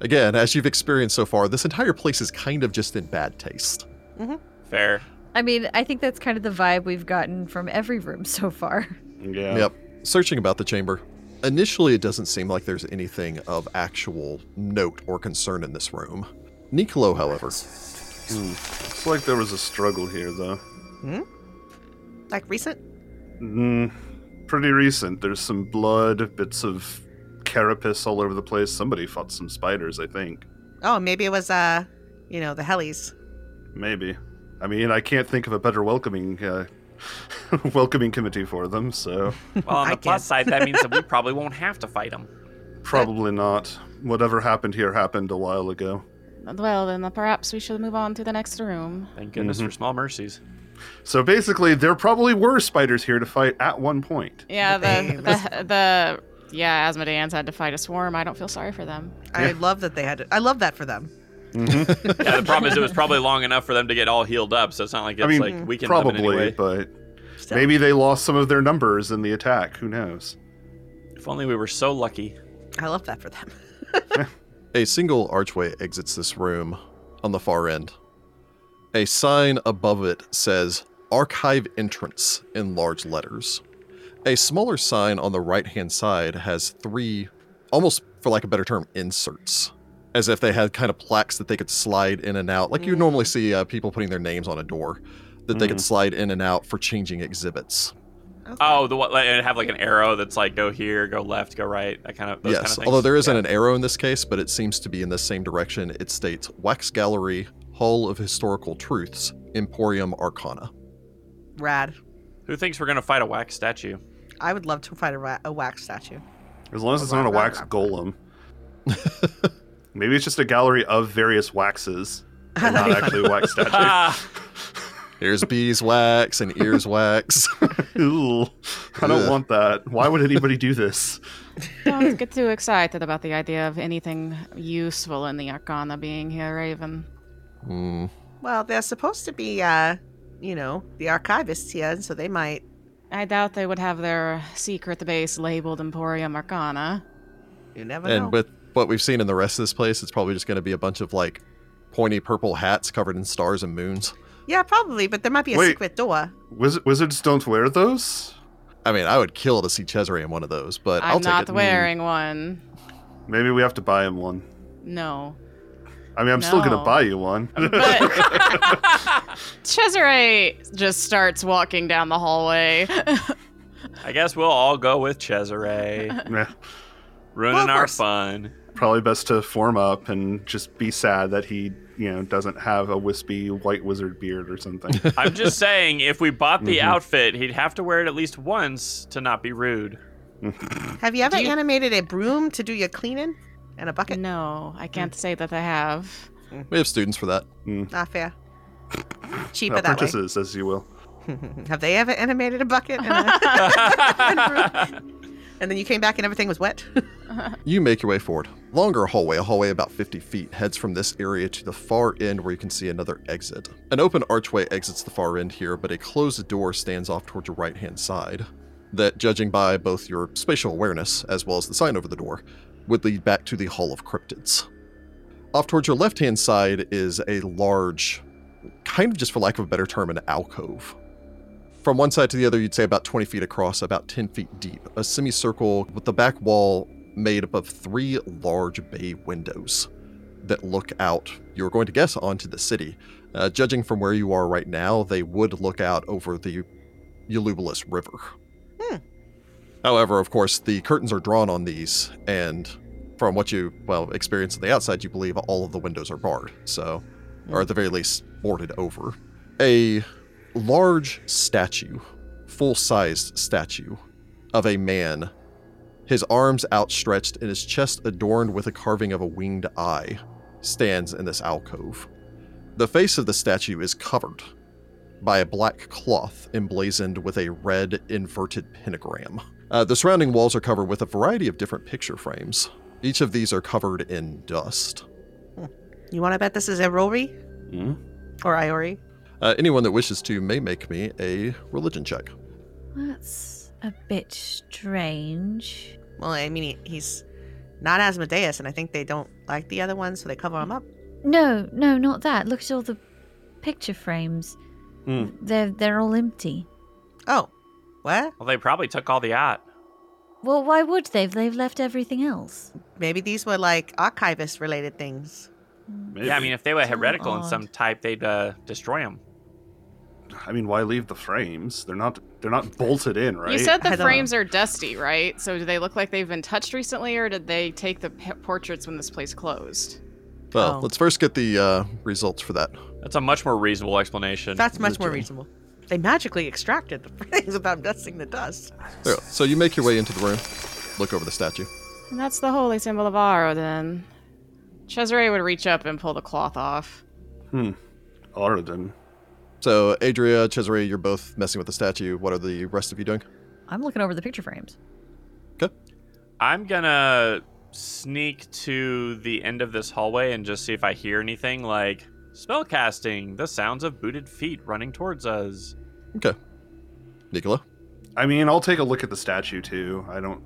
Again, as you've experienced so far, this entire place is kind of just in bad taste. them. Fair. I mean, I think that's kind of the vibe we've gotten from every room so far. Yeah. Yep. Searching about the chamber. Initially, it doesn't seem like there's anything of actual note or concern in this room. Nicolo, however, It's like there was a struggle here, though. like recent? Mm, pretty recent. There's some blood, bits of carapace all over the place. Somebody fought some spiders, I think. Oh, maybe it was, uh, you know, the Hellies. Maybe. I mean, I can't think of a better welcoming uh, welcoming committee for them, so Well, on I the plus side, that means that we probably won't have to fight them. probably not. Whatever happened here happened a while ago. Well, then uh, perhaps we should move on to the next room. Thank goodness Mhm. for small mercies. So basically, there probably were spiders here to fight at one point. Yeah, They the the, the yeah, Asmodeans had to fight a swarm. I don't feel sorry for them. I love that they had it. I love that for them. Mm-hmm. Yeah, the problem is it was probably long enough for them to get all healed up, so it's not like it's I mean, like we can live in probably, any way. but Still. maybe they lost some of their numbers in the attack. Who knows? If only we were so lucky. I love that for them. a single archway exits this room on the far end. A sign above it says Archive Entrance in large letters. A smaller sign on the right hand side has three, almost for lack of a better term, inserts, as if they had kind of plaques that they could slide in and out, like you Mm. normally see uh, people putting their names on a door, that they could slide in and out for changing exhibits. Okay. Oh, the one like, and have like an arrow that's like go here, go left, go right, that kind of those kind of yes, things. although there isn't Yeah. an arrow in this case, but it seems to be in the same direction. It states Wax Gallery, Hall of Historical Truths, Emporium Arcana. Rad. Who thinks we're gonna fight a wax statue? I would love to find a, ra- a wax statue. As long as it's not a wax golem. Maybe it's just a gallery of various waxes, and not actually a wax statue. Ah, Here's beeswax and ears wax. Ew. I don't Ugh. want that. Why would anybody do this? Don't get too excited about the idea of anything useful in the Arcana being here, Raven. Hmm. Well, they're supposed to be, uh, you know, the archivists here, and so they might. I doubt they would have their secret base labeled Emporium Arcana. You never know. And with what we've seen in the rest of this place, it's probably just going to be a bunch of like pointy purple hats covered in stars and moons. yeah, probably, but there might be a Wait. secret door. Wiz- wizards don't wear those? I mean, I would kill to see Cesare in one of those, but I'm will take not it. Mm. wearing one. Maybe we have to buy him one. No. I mean, I'm still No. gonna buy you one. But Cesare just starts walking down the hallway. I guess we'll all go with Cesare. Yeah. Ruining Well, of our course. fun. Probably best to form up and just be sad that he, you know, doesn't have a wispy white wizard beard or something. I'm just saying, if we bought the Mhm. outfit, he'd have to wear it at least once to not be rude. Have you ever Do you- animated a broom to do your cleaning and a bucket? no, I can't say that I have. We have students for that. Not fair. Cheaper Uh, that way. purchases, as you will. Have they ever animated a bucket and, a, and then you came back and everything was wet? You make your way forward. Longer hallway, a hallway about 50 feet, heads from this area to the far end where you can see another exit. An open archway exits the far end here, but a closed door stands off towards your right hand side. That, judging by both your spatial awareness as well as the sign over the door, would lead back to the Hall of Cryptids. Off towards your left hand side is a large, kind of just for lack of a better term, an alcove from one side to the other, you'd say about 20 feet across, about 10 feet deep, a semicircle with the back wall made up of three large bay windows that look out, you're going to guess, onto the city. Uh, judging from where you are right now, they would look out over the Ulubalus River. Hmm. However, of course, the curtains are drawn on these, and from what you, well, experience on the outside, you believe all of the windows are barred, so, or at the very least, boarded over. A large statue, full sized statue of a man, his arms outstretched and his chest adorned with a carving of a winged eye, stands in this alcove. The face of the statue is covered by a black cloth emblazoned with a red inverted pentagram. Uh, the surrounding walls are covered with a variety of different picture frames. Each of these are covered in dust. You want to bet this is a Rory or Iori? Uh, anyone that wishes to may make me a religion check. That's a bit strange. Well, I mean, he, he's not Asmodeus, and I think they don't like the other one, so they cover him up. No, no, not that. Look at all the picture frames. Hmm. They're they're all empty. Oh, what? Well, they probably took all the yacht. Well, why would they? They've left everything else. Maybe these were like archivist related things. Maybe. Yeah, I mean, if they were It's a little heretical in odd. some type, they'd uh, destroy them. I mean, why leave the frames? They're not. They're not bolted in, right? You said I the don't know. frames are dusty, right? So do they look like they've been touched recently, or did they take the p- portraits when this place closed? Well, Oh. let's first get the uh, results for that. That's a much more reasonable explanation. That's much more Literally. reasonable. They magically extracted the things without dusting the dust. There you go. So you make your way into the room, look over the statue. And that's the holy symbol of Aro, then. Cesare would reach up and pull the cloth off. Aradin. So, Adria, Cesare, you're both messing with the statue. What are the rest of you doing? I'm looking over the picture frames. I'm gonna sneak to the end of this hallway and just see if I hear anything like spellcasting, the sounds of booted feet running towards us. Nicola? I mean, I'll take a look at the statue too. I don't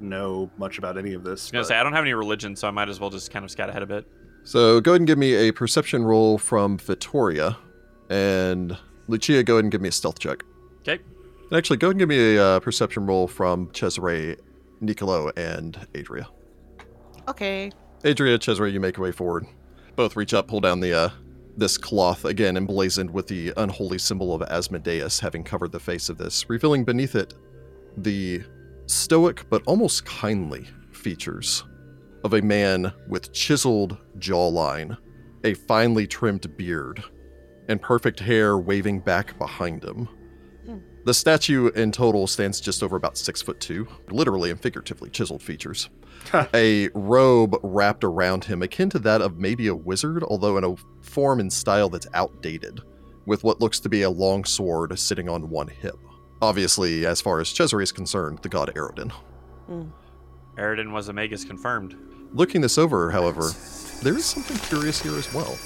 know much about any of this. I was gonna but- say I don't have any religion, so I might as well just kind of scout ahead a bit. So, go ahead and give me a perception roll from Vittoria. And Lucia, go ahead and give me a stealth check. Okay. And Actually, go ahead and give me a uh, perception roll from Cesare, Nicolo, and Adria. Okay. Adria, Cesare, you make your way forward. Both reach up, pull down the uh, this cloth again, emblazoned with the unholy symbol of Asmodeus, having covered the face of this, revealing beneath it the stoic but almost kindly features of a man with chiseled jawline, a finely trimmed beard, and perfect hair waving back behind him. Hmm. The statue in total stands just over about six foot two, literally and figuratively chiseled features a robe wrapped around him, akin to that of maybe a wizard, although in a form and style that's outdated, with what looks to be a long sword sitting on one hip. Obviously, as far as Cesare is concerned, the god Aerodin. Aridin was Omegas confirmed. Looking this over, however, there is something curious here as well.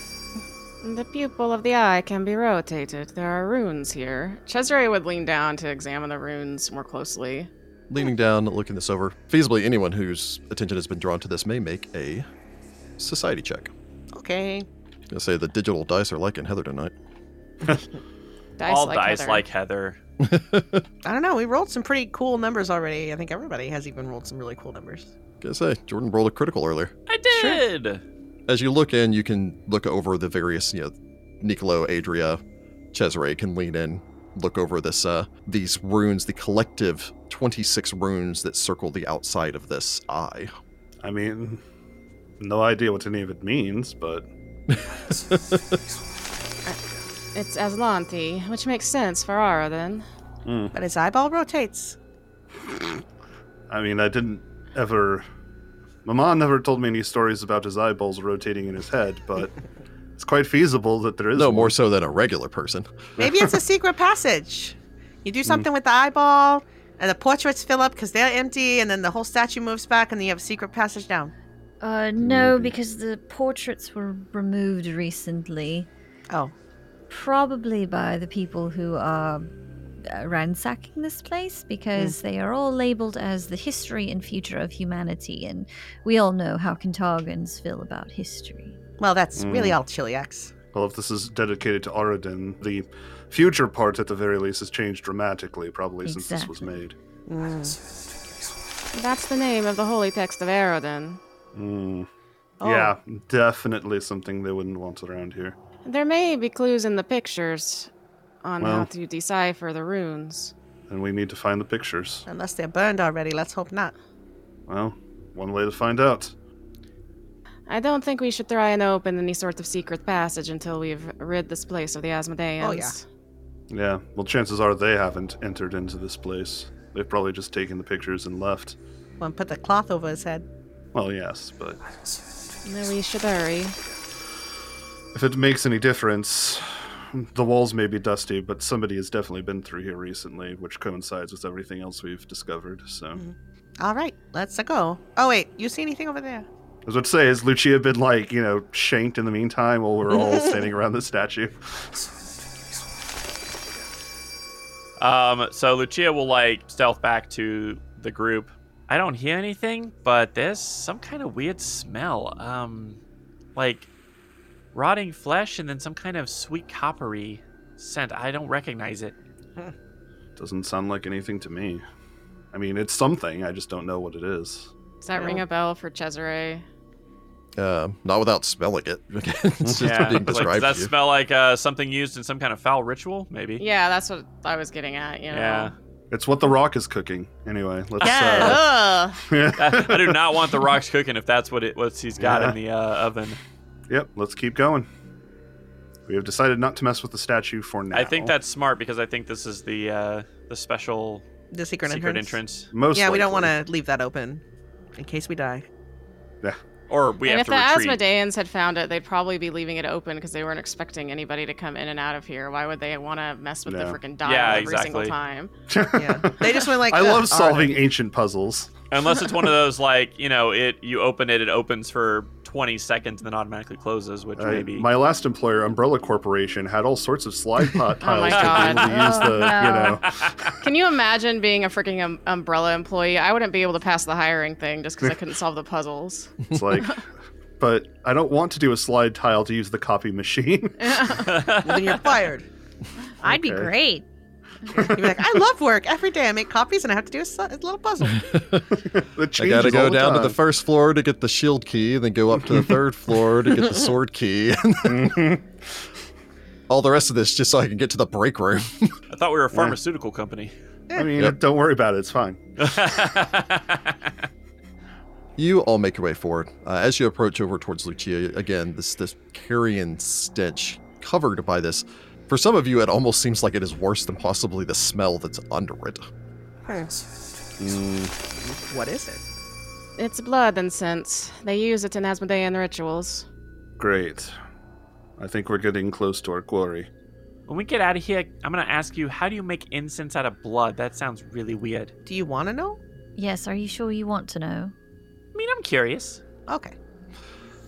The pupil of the eye can be rotated. There are runes here. Cesare would lean down to examine the runes more closely. Leaning down, looking this over, feasibly anyone whose attention has been drawn to this may make a society check. Okay. gonna say the digital dice are liking Heather tonight. Dice All like dice Heather. like Heather. I don't know. We rolled some pretty cool numbers already. I think everybody has even rolled some really cool numbers. Gotta say, Jordan rolled a critical earlier. I did. As you look in, you can look over the various, you know, Niccolo, Adria, Cesare can lean in, look over this, uh, these runes, the collective 26 runes that circle the outside of this eye. I mean, no idea what any of it means, but It's Aslanti, which makes sense. Ferrara, then. hmm. But his eyeball rotates. I mean, I didn't ever. Mama never told me any stories about his eyeballs rotating in his head, but it's quite feasible that there is. No one. more so than a regular person. Maybe it's a secret passage. You do something with the eyeball, and the portraits fill up because they're empty, and then the whole statue moves back, and then you have a secret passage down. Uh, no, because the portraits were removed recently, Oh, probably by the people who are uh, ransacking this place, because they are all labeled as the history and future of humanity, and we all know how Kentargans feel about history. well, that's Mm. really all Chiliax. Well, if this is dedicated to Aradin, the future part at the very least has changed dramatically, probably since this was made. Exactly. Mm. That's the name of the holy text of Aerodon. Mm. Oh. Yeah, definitely something they wouldn't want around here. There may be clues in the pictures on how Well. to decipher the runes. And we need to find the pictures. Unless they're burned already. Let's hope not. Well, one way to find out. I don't think we should try and open any sort of secret passage until we've rid this place of the Asmodeans. Oh, yeah. Yeah, well, chances are they haven't entered into this place. They've probably just taken the pictures and left. Well, and put the cloth over his head. Well, yes, but No, we should hurry. If it makes any difference, the walls may be dusty, but somebody has definitely been through here recently, which coincides with everything else we've discovered. So, Mm-hmm. All right, let's go. Oh wait, you see anything over there? I was about to say, has Lucia been like, you know, shanked in the meantime while we're all standing around the statue? Um, so Lucia will like stealth back to the group. I don't hear anything, but there's some kind of weird smell. Um, like rotting flesh and then some kind of sweet coppery scent. I don't recognize it. Doesn't sound like anything to me. I mean, it's something. I just don't know what it is. Does that ring a bell for Cesare? Uh, not without smelling it. it's just being like, described does to that you. smell like uh, something used in some kind of foul ritual? Maybe. Yeah, that's what I was getting at. You know. Yeah. It's what the rock is cooking. Anyway, let's. Uh, Yeah. Oh. I do not want the rocks cooking if that's what it what he's got Yeah. in the uh, oven. yep, let's keep going. We have decided not to mess with the statue for now. I think that's smart because I think this is the uh, the special the secret, secret entrance. entrance, most. yeah, we don't want likely. to leave that open in case we die. or we and have if to the retreat. Asmodeans had found it, they'd probably be leaving it open because they weren't expecting anybody to come in and out of here. Why would they want to mess with the Yeah. freaking dial Yeah, every single exactly. time? Yeah, they just went like. I "Ugh, love solving Arden." ancient puzzles. Unless it's one of those like you know it you open it it opens for 20 seconds and then automatically closes, which I- maybe my last employer, Umbrella Corporation, had all sorts of slide pot Oh my tiles to be able to use God. the, Oh, no. you know. Can you imagine being a freaking um- umbrella employee? I wouldn't be able to pass the hiring thing just because I couldn't solve the puzzles. Oh, It's like, but I don't want to do a slide tile to use the copy machine. Then you're fired. I'd be Okay. great. You'd be like, I love work every day. I make copies and I have to do a, s- a little puzzle. It I gotta changes go all the down to time. the first floor to get the shield key, then go up to the third floor to get the sword key. Mm-hmm. All the rest of this just so I can get to the break room. I thought we were a pharmaceutical company. I mean, Yep. don't worry about it. It's fine. You all make your way forward. Uh, as you approach over towards Lucia, again, this this carrion stench covered by this. For some of you, it almost seems like it is worse than possibly the smell that's under it. what is it? It's blood incense. They use it in Asmodean rituals. Great. I think we're getting close to our quarry. when we get out of here, I'm gonna ask you how do you make incense out of blood? That sounds really weird. Do you want to know? Yes, are you sure you want to know? I mean, I'm curious. Okay.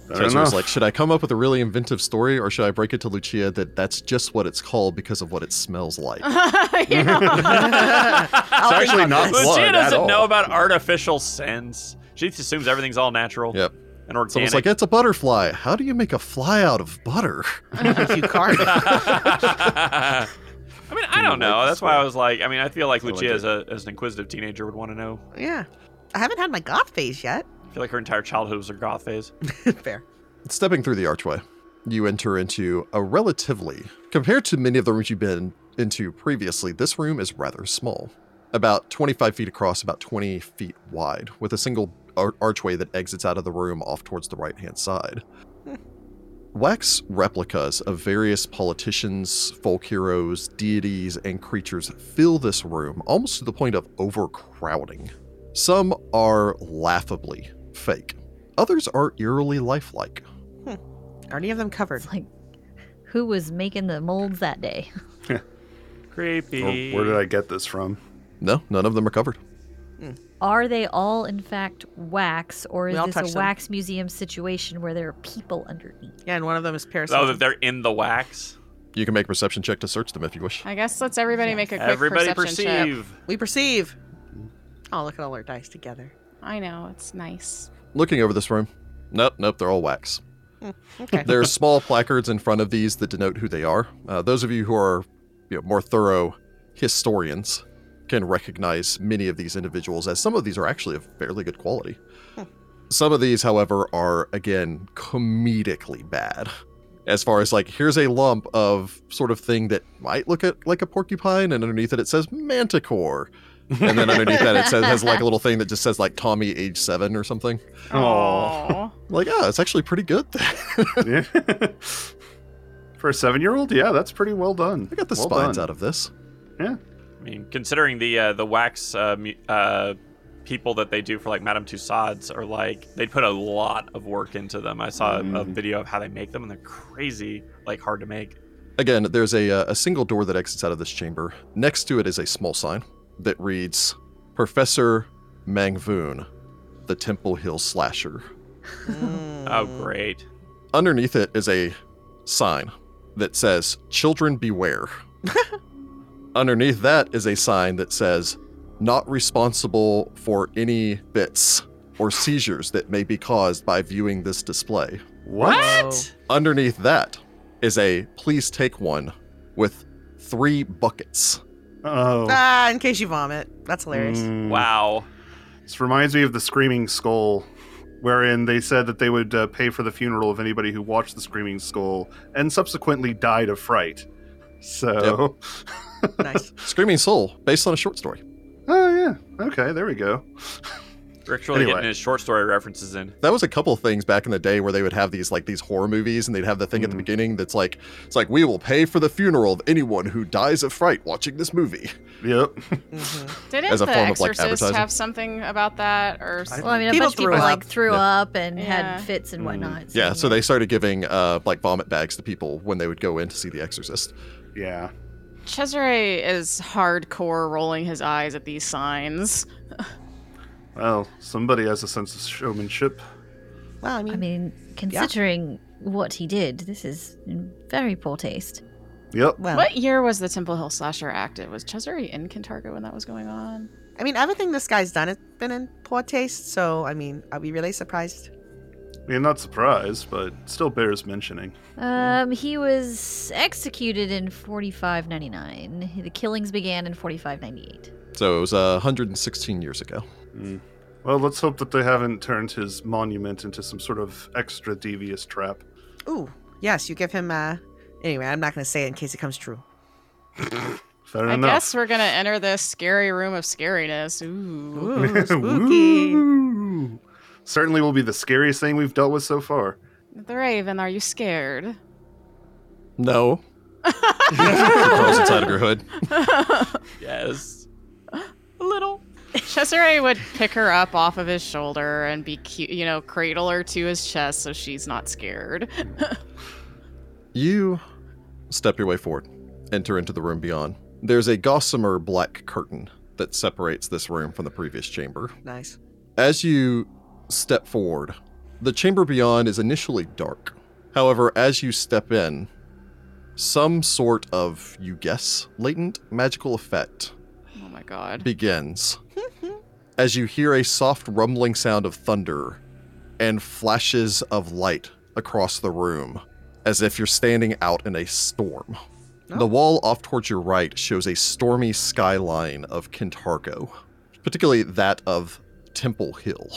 Fair Jezra enough. was like, should I come up with a really inventive story, or should I break it to Lucia that that's just what it's called because of what it smells like? Uh-huh. You know? it's actually not Lucia blood at Oh, doesn't all. know about artificial scents. She just assumes everything's all natural Yep. and organic. Someone's like, it's a butterfly. How do you make a fly out of butter? if you carve it. I I mean, I don't know. That's why I was like, I mean, I feel like I like Lucia it. as, a, as an inquisitive teenager would want to know. Yeah. I haven't had my goth phase yet. I feel like her entire childhood was her goth phase. Fair. Stepping through the archway, you enter into a relatively, compared to many of the rooms you've been into previously, this room is rather small. About 25 feet across, about 20 feet wide, with a single ar- archway that exits out of the room off towards the right hand side. Wax replicas of various politicians, folk heroes, deities, and creatures fill this room almost to the point of overcrowding. Some are laughably fake, others are eerily lifelike. Are any of them covered? It's like, who was making the molds that day? Creepy. Where did I get this from? No, none of them are covered. Are they all, in fact, wax, or is We all this touch a them. wax museum situation where there are people underneath? Yeah, and one of them is parasite. Oh, that they're in the wax. You can make a perception check to search them if you wish. I guess let's everybody make a quick Everybody perception check. perceive. we perceive. Oh, look at all our dice together. I know it's nice. Looking over this room, nope, nope, they're all wax. Okay. There's small placards in front of these that denote who they are. Uh, those of you who are you know, more thorough historians can recognize many of these individuals, as some of these are actually of fairly good quality. Some of these, however, are again comedically bad. As far as like, here's a lump of sort of thing that might look at like a porcupine, and underneath it it says manticore, and then underneath that it says has like a little thing that just says like Tommy, age seven or something. Oh, Aw. Like, yeah, it's actually pretty good. Yeah. For a seven-year-old, yeah, that's pretty well done. I got the well spines out of this. I mean, considering the uh, the wax uh, mu- uh, people that they do for like Madame Tussauds are like they put a lot of work into them. I saw a, a Mm. video of how they make them, and they're crazy, like hard to make. Again, there's a, uh, a single door that exits out of this chamber. Next to it is a small sign that reads Professor Mangvoon, the Temple Hill Slasher. Oh, Mm. great! Underneath it is a sign that says Children Beware. Underneath that is a sign that says Not responsible for any bits or seizures that may be caused by viewing this display. What? Underneath that is a please take one with three buckets. Oh. Ah, in case you vomit. That's hilarious. Mm. Wow. This reminds me of the Screaming Skull, wherein they said that they would uh, pay for the funeral of anybody who watched the Screaming Skull and subsequently died of fright. So, Nice. Screaming Soul, based on a short story. oh yeah, okay, there we go. Rick's really Anyway. getting his short story references in. That was a couple things back in the day where they would have these like these horror movies and they'd have the thing at the Mhm. beginning that's like it's like we will pay for the funeral of anyone who dies of fright watching this movie. Yep. hmm didn't As a the form of, like, Exorcist advertising. have something about that or? s- Well, I mean, a People bunch of people threw up. like threw Yeah. up and Yeah. had fits and Mm. whatnot. Yeah, so they started giving uh like vomit bags to people when they would go in to see The Exorcist. Yeah. Cesare is hardcore rolling his eyes at these signs. Well, somebody has a sense of showmanship. Well, I mean, I mean, considering what he did, this is in very poor taste. Yep. well, What year was the Temple Hill slasher active? Was Cesare in Cantargo when that was going on? I mean, everything this guy's done has been in poor taste. So, I mean, I'd be really surprised. I mean, not surprised, but still bears mentioning. Mm. Um, he was executed in 4599. The killings began in 4598. So it was uh, 116 years ago. Mm. Well, let's hope that they haven't turned his monument into some sort of extra devious trap. Ooh, yes, you give him. Uh, anyway, I'm not going to say it in case it comes true. Fair I enough. guess we're gonna enter this scary room of scariness. Ooh. Ooh, spooky. Woo. Certainly will be the scariest thing we've dealt with so far. The Raven, are you scared? No. Crawls inside of your hood. Yes. A little. Cesare would pick her up off of his shoulder and be cute, you know, cradle her to his chest so she's not scared. You step your way forward, enter into the room beyond. There's a gossamer black curtain that separates this room from the previous chamber. Nice. As you step forward, the chamber beyond is initially dark. However, as you step in, some sort of, you guess, latent magical effect Oh my god. begins as you hear a soft rumbling sound of thunder and flashes of light across the room as if you're standing out in a storm. The wall off towards your right shows a stormy skyline of Kintarko, particularly that of Temple Hill,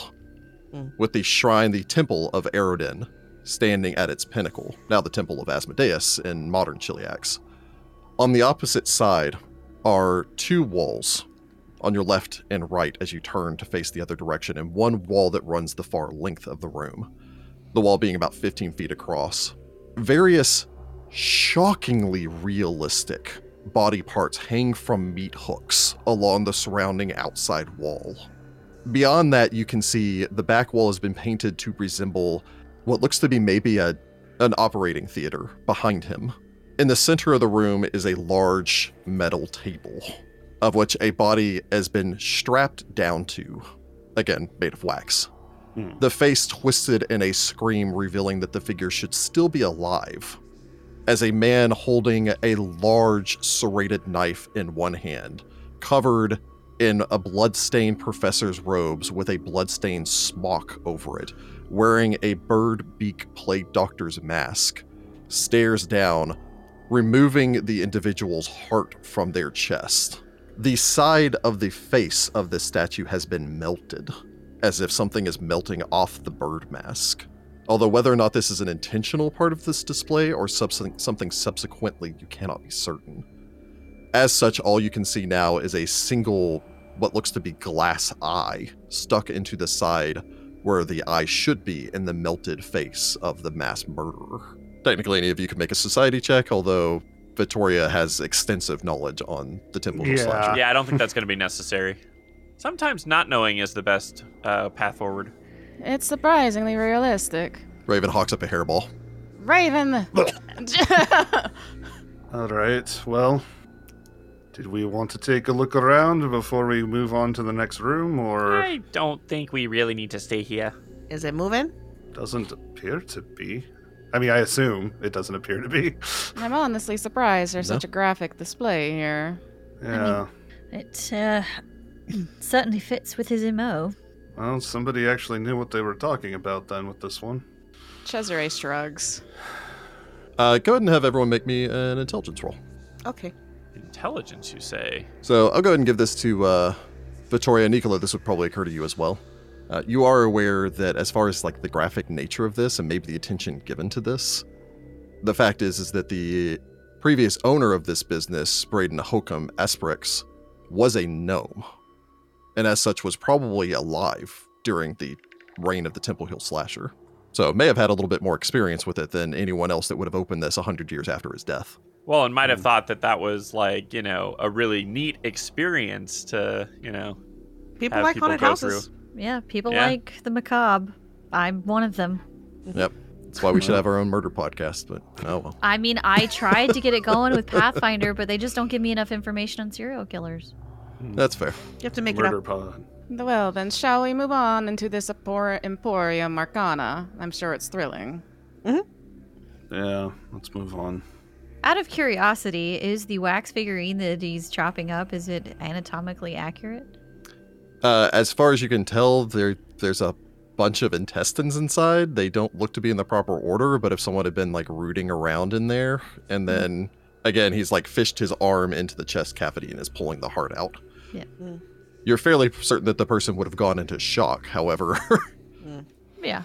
Hmm. with the shrine, the Temple of Aerodin, standing at its pinnacle, now the Temple of Asmodeus in modern Chiliax. On the opposite side are two walls on your left and right as you turn to face the other direction, and one wall that runs the far length of the room, the wall being about 15 feet across. Various shockingly realistic body parts hang from meat hooks along the surrounding outside wall. Beyond that, you can see the back wall has been painted to resemble what looks to be maybe a, an operating theater behind him. In the center of the room is a large metal table, of which a body has been strapped down to, again, made of wax. Hmm. The face twisted in a scream, revealing that the figure should still be alive as a man holding a large serrated knife in one hand, covered in a bloodstained professor's robes with a bloodstained smock over it, wearing a bird beak plate doctor's mask, stares down, removing the individual's heart from their chest. The side of the face of this statue has been melted, as if something is melting off the bird mask. Although whether or not this is an intentional part of this display or subse- something subsequently, you cannot be certain. As such, all you can see now is a single, what looks to be glass eye, stuck into the side where the eye should be in the melted face of the mass murderer. Technically, any of you can make a society check, although Vittoria has extensive knowledge on the Temple of Yeah. Slasher. Yeah, I don't think that's going to be necessary. Sometimes not knowing is the best uh, path forward. It's surprisingly realistic. Raven hawks up a hairball. Raven. All right. Well, did we want to take a look around before we move on to the next room, or I don't think we really need to stay here. Is it moving? doesn't appear to be? I mean, I assume it doesn't appear to be. I'm honestly surprised there's No. such a graphic display here. Yeah. It uh, certainly fits with his MO. Well, somebody actually knew what they were talking about then with this one. Cesare shrugs. Uh, go ahead and have everyone make me an intelligence roll. Okay. Intelligence, you say? So I'll go ahead and give this to uh, Vittoria and Nicola. This would probably occur to you as well. Uh, you are aware that as far as like the graphic nature of this and maybe the attention given to this, the fact is is that the previous owner of this business, Braden Hokum Esperix, was a gnome, and as such was probably alive during the reign of the Temple Hill Slasher. So may have had a little bit more experience with it than anyone else that would have opened this hundred years after his death. Well, and might have thought that that was like you know a really neat experience to you know. People Have like people haunted go houses. Yeah, people Yeah. like the macabre. I'm one of them. That's why we should have our own murder podcast. But oh well. I mean, I tried to get it going with Pathfinder, but they just don't give me enough information on serial killers. That's fair. You have to make it Murder up. pod. Well, then, shall we move on into this Empor- Emporium Arcana? I'm sure it's thrilling. Yeah. Let's move on. Out of curiosity, is the wax figurine that he's chopping up is it anatomically accurate? Uh, as far as you can tell, there there's a bunch of intestines inside. They don't look to be in the proper order, but if someone had been like rooting around in there, and then again, he's like fished his arm into the chest cavity and is pulling the heart out. Yeah. Mm. You're fairly certain that the person would have gone into shock, however, Yeah.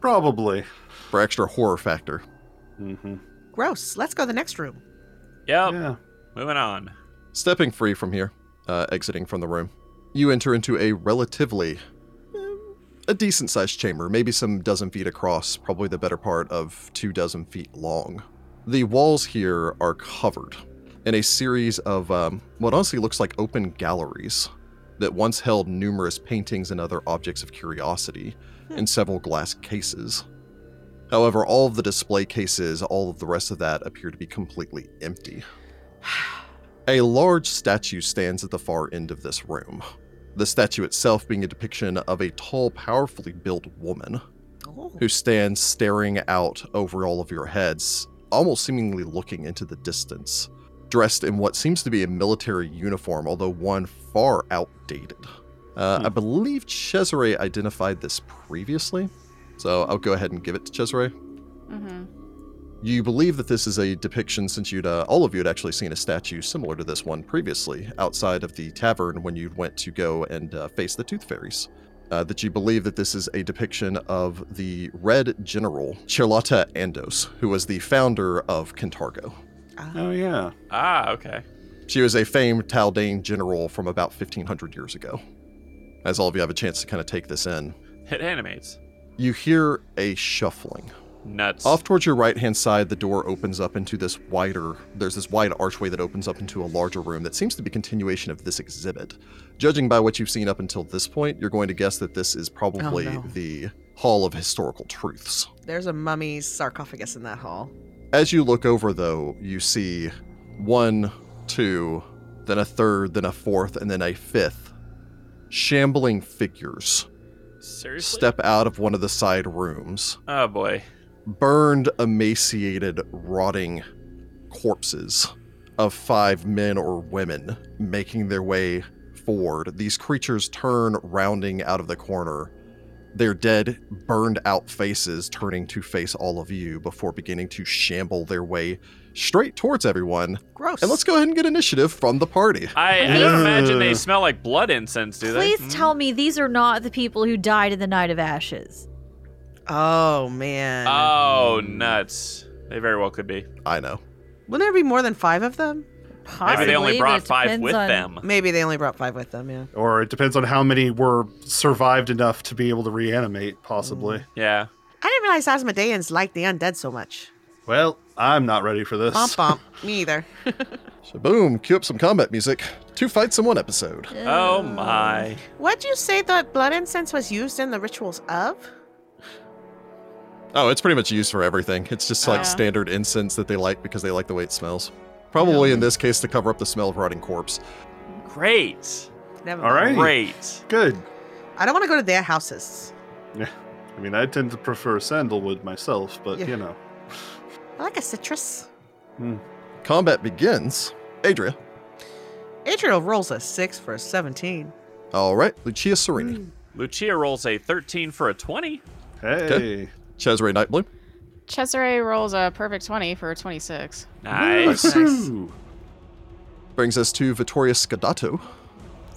Probably. for extra horror factor. Mm-hmm. Gross. Let's go to the next room. Oh. Yep. Yeah. Moving on. Stepping free from here, uh, exiting from the room, you enter into a relatively eh, a decent sized chamber, maybe some dozen feet across, probably the better part of two dozen feet long. The walls here are covered in a series of um, what honestly looks like open galleries that once held numerous paintings and other objects of curiosity in several glass cases. However, all of the display cases, all of the rest of that appear to be completely empty. A large statue stands at the far end of this room, the statue itself being a depiction of a tall, powerfully built woman Oh. who stands staring out over all of your heads, almost seemingly looking into the distance, dressed in what seems to be a military uniform, although one far outdated. Uh, Hmm. I believe Cesare identified this previously, so I'll go ahead and give it to Cesare. Mm-hmm. You believe that this is a depiction since you'd uh, all of you had actually seen a statue similar to this one previously outside of the tavern when you went to go and uh, face the tooth fairies. Uh, that you believe that this is a depiction of the Red General Charlotta Andos, who was the founder of Cantargo. uh, Oh yeah. Ah, okay. She was a famed Taldane general from about 1500 years ago. As all of you have a chance to kind of take this in, It animates. you hear a shuffling. Nuts. Off towards your right hand side, the door opens up into this wider. There's this wide archway that opens up into a larger room that seems to be a continuation of this exhibit. Judging by what you've seen up until this point, you're going to guess that this is probably no. the Hall of Historical Truths. There's a mummy's sarcophagus in that hall. As you look over, though, you see one, two, then a third, then a fourth, and then a fifth shambling figures Seriously? step out of one of the side rooms. Oh boy. burned, emaciated, rotting corpses of five men or women making their way forward. These creatures turn, rounding out of the corner. Their dead, burned out faces turning to face all of you before beginning to shamble their way straight towards everyone. Gross. And let's go ahead and get initiative from the party. I, I Please- don't imagine they smell like blood incense, do Please they? Hmm. tell me these are not the people who died in the Night of Ashes. Oh man. Oh, nuts. They very well could be. I know. Wouldn't there be more than five of them? Maybe they Possibly, only but brought it five depends with on- them. Maybe they only brought five with them. Yeah. Or it depends on how many were survived enough to be able to reanimate, possibly. Mm. Yeah. I didn't realize Asmodeans liked the undead so much. Well, I'm not ready for this. Bump bump. Me either. So, boom, cue up some combat music. Two fights in one episode. Oh my. What'd you say that blood incense was used in the rituals of? Oh, it's pretty much used for everything. It's just like Yeah. standard incense that they like because they like the way it smells. Probably in this case to cover up the smell of rotting corpse. Great. Never. All right. mind. Great. Good. I don't want to go to their houses. I mean, I tend to prefer sandalwood myself, but Yeah. you know. I like a citrus. Combat begins. Adria. Adriel rolls a six for a seventeen. All right. Lucia Serini. Lucia rolls a 13 for a 20. Hey. Okay. Cesare Nightbloom. Cesare rolls a perfect 20 for 26. Nice. Woo-hoo. Brings us to Vittoria Scadato.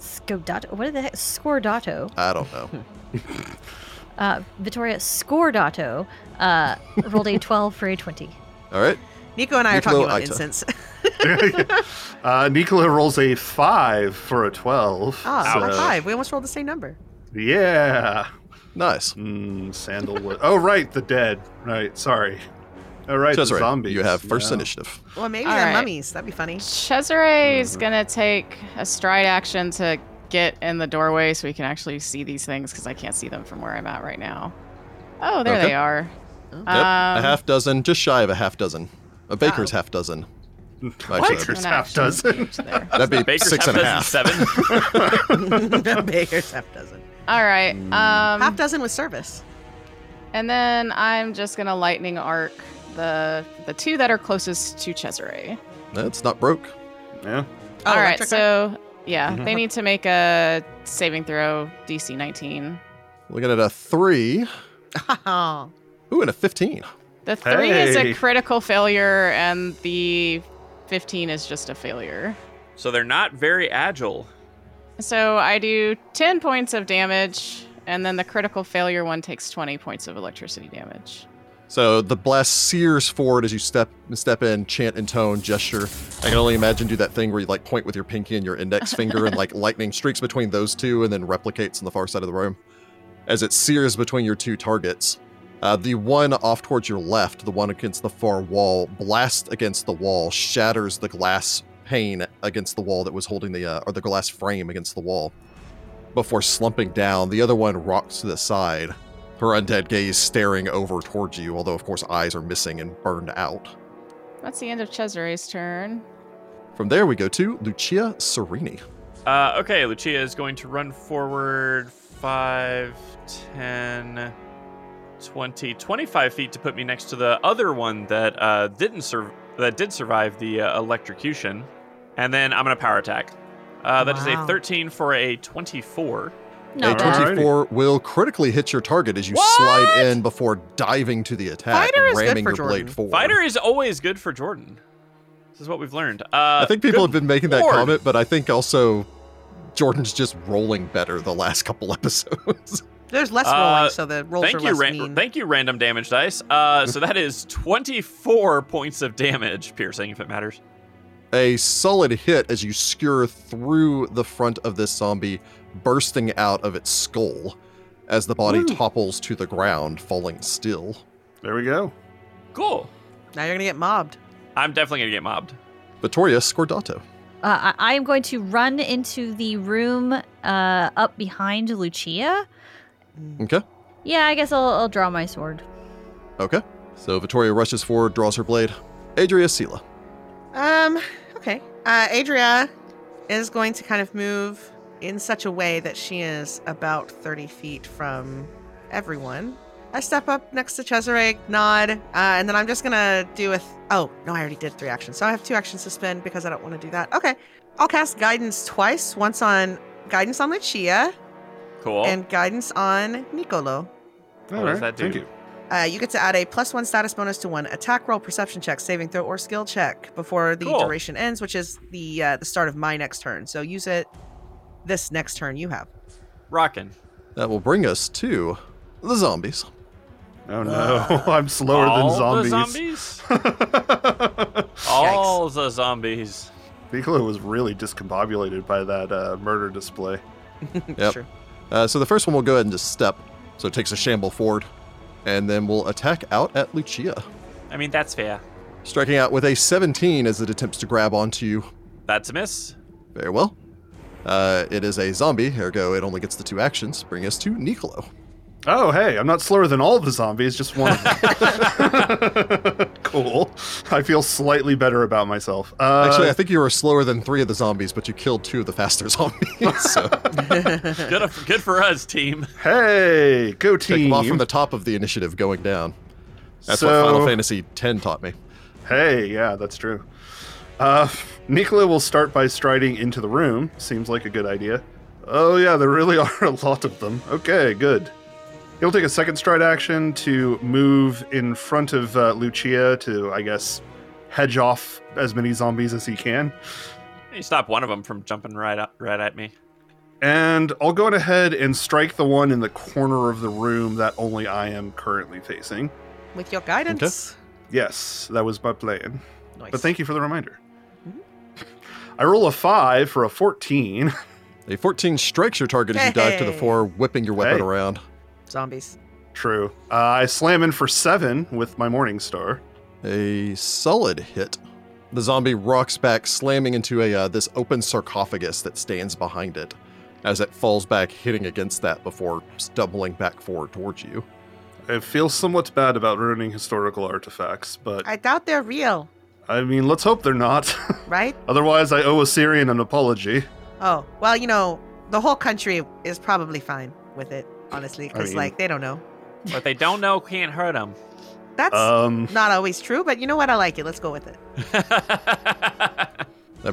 Scodato. What the heck? Scordato. I don't know. Uh, Vittoria Scordato uh, rolled a 12 for a 20. All right. Nico and I are Niccolo talking about Aita. incense. Uh, Nicola rolls a five for a 12. oh, so- high five. We almost rolled the same number. Yeah. Nice. Mm, sandalwood. oh, right. The dead. Right. Sorry. All right. The Cesare, zombies. you have first Yeah. initiative. Well, maybe All they're right. mummies. That'd be funny. Cesare Mm-hmm. is gonna take a stride action to get in the doorway so we can actually see these things because I can't see them from where I'm at right now. Oh, there Okay. they are. Yep. Um. a half dozen, just shy of a half dozen. A baker's half dozen. Actually, that'd Baker's An half action. dozen. There. be- that'd be Baker's six half and a dozen half. seven. Baker's half dozen. All right. Um, Half dozen with service. and then I'm just gonna lightning arc the the two that are closest to Cesare. That's not broke. yeah. Oh, All right. electric So yeah, they need to make a saving throw DC 19. Looking at a three. Oh. Ooh, and a 15. The three is Hey. a critical failure, and the 15 is just a failure. So they're not very agile. So I do 10 points of damage, and then the critical failure one takes 20 points of electricity damage. So the blast sears forward as you step step in, chant and tone, gesture. I can only imagine do that thing where you like point with your pinky and your index finger and like lightning streaks between those two and then replicates on the far side of the room as it sears between your two targets. Uh, the one off towards your left, the one against the far wall, blasts against the wall, shatters the glass pane against the wall that was holding the uh, or the glass frame against the wall before slumping down. The other one rocks to the side, her undead gaze staring over towards you, although, of course, eyes are missing and burned out. That's the end of Cesare's turn. From there, we go to Lucia Serini. Uh, okay, Lucia is going to run forward 5, 10, 20, 25 feet to put me next to the other one that uh, didn't sur- that did survive the uh, electrocution, and then I'm gonna power attack. Uh, that is Wow. a 13 for a 24. No. A Alrighty. 24 will critically hit your target as you What? slide in before diving to the attack Fighter and is good ramming for your blade Jordan. forward. Fighter is always good for Jordan. This is what we've learned. Uh, I think people have been making that lord. comment, but I think also Jordan's just rolling better the last couple episodes. There's less Uh, rolling, so the rolls Thank are you, less ran- mean. thank you, random damage dice. Uh, so that is 24 points of damage, piercing, if it matters. a solid hit as you skewer through the front of this zombie, bursting out of its skull as the body topples to the ground, falling still. There we go. Cool. now you're gonna get mobbed. I'm definitely gonna get mobbed. Vittoria Scordato. Uh, I am going to run into the room uh, up behind Lucia. Okay. Yeah, I guess I'll, I'll draw my sword. Okay. So Vittoria rushes forward, draws her blade. Adria Sela. Um, okay. Uh, Adria is going to kind of move in such a way that she is about 30 feet from everyone. I step up next to Cesare, nod, uh, and then I'm just gonna do a. Th- oh no, I already did three actions, so I have two actions to spend because I don't want to do that. Okay, I'll cast guidance twice. Once on guidance on Lucia Cool. and guidance on Nicolo. does that do? Thank you. Uh, you get to add a plus one status bonus to one attack roll, perception check, saving throw, or skill check before the Cool. duration ends, which is the uh, the start of my next turn. So use it this next turn you have. Rockin'. That will bring us to the zombies. Oh no, I'm slower All than The zombies. zombies? All the zombies. Nicola was really discombobulated by that uh, murder display. Yep. Sure. Uh, so the first one will go ahead and just step. So it takes a shamble forward. And then we'll attack out at Lucia. I mean, that's fair. Striking out with a 17 as it attempts to grab onto you. That's a miss. Very well. Uh, it is a zombie, ergo it only gets the two actions. Bring us to Nicolo. Oh hey, I'm not slower than all the zombies, just one. of them. cool. I feel slightly better about myself. Uh, Actually, I think you were slower than three of the zombies, but you killed two of the faster Ah, zombies. so Good, good for us, team. hey, go take them team. off from the top of the initiative going down. That's So- what Final Fantasy X taught me. Hey, yeah, that's true. Uh, Nicola will start by striding into the room. Seems like a good idea. Oh, yeah, there really are a lot of them. Okay, good. He'll take a second stride action to move in front of uh, Lucia to, I guess, hedge off as many zombies as he can. You stop one of them from jumping right up, right at me. And I'll go on ahead and strike the one in the corner of the room that only I am currently facing. With your guidance. Yes, that was my plan. Nice. But thank you for the reminder. I roll a five for a 14. A 14 strikes your target as you dive to the Hey. floor, whipping your weapon Hey. around. Zombies. True. Uh, I slam in for seven with my Morning Star. A solid hit. The zombie rocks back, slamming into a uh, this open sarcophagus that stands behind it, as it falls back, hitting against that before stumbling back forward towards you. I feel somewhat bad about ruining historical artifacts, but I, I doubt they're real, mean, let's hope they're not. right? Otherwise, I owe Assyrian an apology. Oh, well, you know, the whole country is probably fine with it, honestly, because, mean- like, they don't know. What they don't know can't hurt them. That's Um, not always true, but you know what? I like it. Let's go with it. That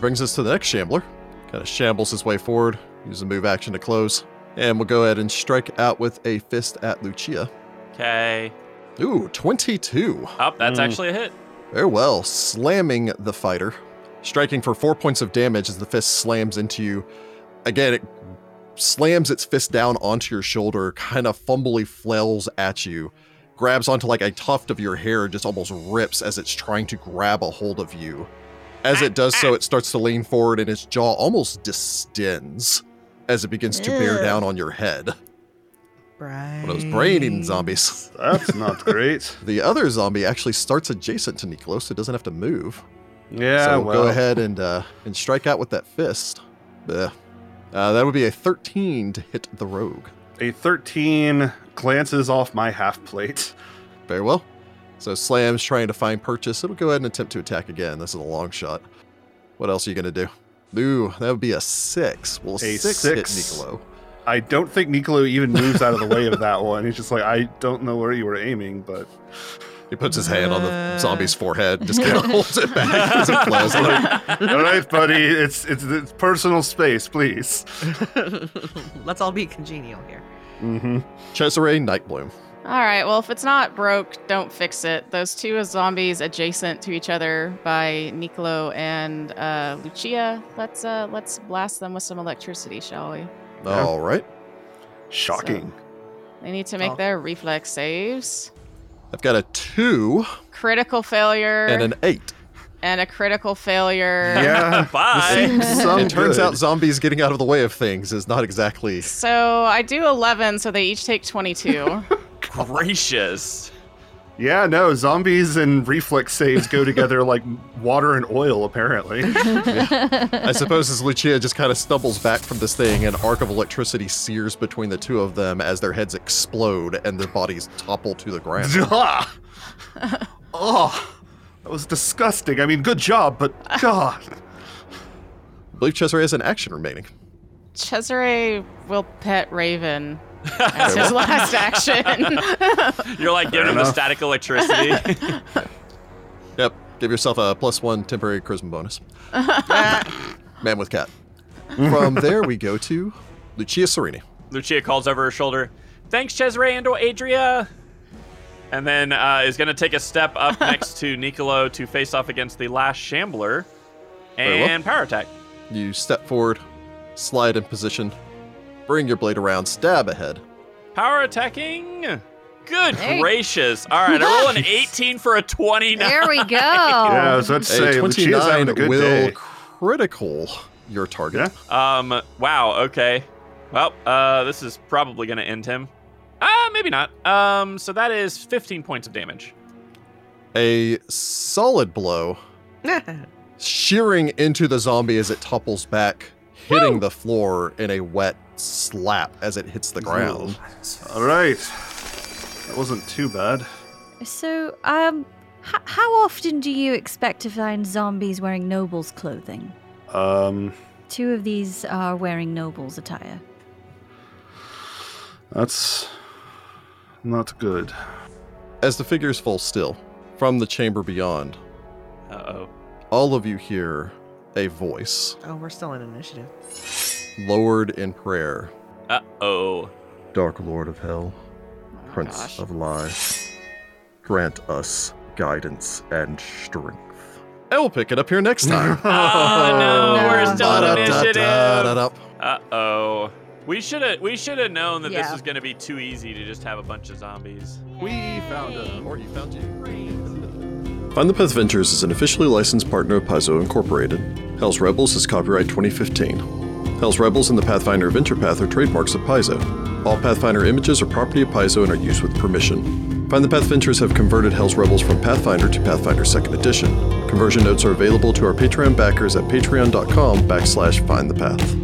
brings us to the next shambler. Kind of shambles his way forward, uses a move action to close, and we'll go ahead and strike out with a fist at Lucia. okay. Ooh, 22. Up. Oh, that's Mm. actually a hit. Very well, slamming the fighter, striking for four points of damage as the fist slams into you. Again, it slams its fist down onto your shoulder, kind of fumbly flails at you, grabs onto like a tuft of your hair, and just almost rips as it's trying to grab a hold of you. As it does so, it starts to lean forward and its jaw almost distends as it begins to bear Ew. down on your head. Brains. One of those brain eating zombies. that's not great. The other zombie actually starts adjacent to Niklos, so it doesn't have to move. Yeah, so well, go ahead and uh, and strike out with that fist. Bleh. Uh, that would be a 13 to hit the rogue. A 13 glances off my half plate. Very well. So Slam's trying to find purchase. It'll go ahead and attempt to attack again. This is a long shot. What else are you gonna do? Ooh, that would be a six. Well, A six, six. hit Nicolo. I don't think Nicolo even moves out of the way of that one. He's just like, I don't know where you were aiming, but He puts his hand on the zombie's forehead, just kind of holds it back as it flows. Like, All right, buddy. It's, it's it's personal space, please. Let's all be congenial here. Mm-hmm. Cesare Nightbloom. All right. Well, if it's not broke, don't fix it. Those two zombies adjacent to each other by Nicolo and uh, Lucia. Let's uh, let's blast them with some electricity, shall we? All right. Shocking. They need to make Oh. their reflex saves. I've got a two Critical failure and an eight. and a critical failure. Yeah. Bye. Some It turns good. out zombies getting out of the way of things is not exactly. So I do 11, so they each take 22. Gracious. Yeah, no, zombies and reflex saves go together like water and oil, apparently. I suppose as Lucia just kind of stumbles back from this thing, an arc of electricity sears between the two of them as their heads explode and their bodies topple to the ground. Duh. oh, that was disgusting. I mean, good job, but God. I believe Cesare has an action remaining. Cesare will pet Raven as his last action. You're like giving him the enough. static electricity. Yep. Give yourself a plus one temporary charisma bonus. Man with cat. From there, we go to Lucia Serini. Lucia calls over her shoulder, thanks, Cesare and or Adria. And then uh, is going to take a step up next to Nicolo to face off against the last Shambler Very well. and power attack. You step forward, slide in position, bring your blade around, stab ahead. Power attacking. Good Hey. gracious. All right, I roll an 18 for a 29. There we go. yeah, I was about to say, a Lucia's having 29 a good will day. critical your target. Yeah. Um. Wow. Okay. Well. Uh. This is probably gonna end him. Ah. maybe not. Um. So that is 15 points of damage. a solid blow, shearing into the zombie as it topples back, hitting the floor in a wet slap as it hits the ground. All right. That wasn't too bad. So, um, h- how often do you expect to find zombies wearing nobles' clothing? Um, Two of these are wearing nobles' attire. that's not good. As the figures fall still, from the chamber beyond, Uh oh. all of you hear a voice Oh, we're still in initiative. lowered in prayer. Uh oh. Dark Lord of Hell, Prince gosh. of Lies, grant us guidance and strength. And we'll pick it up here next time. Oh no. We're still in initiative. Ba-da-da-da-da-da. Uh oh. We should have. We should have known that this Yeah. was gonna be too easy to just have a bunch of zombies. We found it, or you found you. Find the Path Ventures is an officially licensed partner of Paizo Incorporated. Hell's Rebels is copyright 2015. Hell's Rebels and the Pathfinder Adventure Path are trademarks of Paizo. All Pathfinder images are property of Paizo and are used with permission. Find the Path Ventures have converted Hell's Rebels from Pathfinder to Pathfinder Second Edition. Conversion notes are available to our Patreon backers at patreon.com backslash find the path.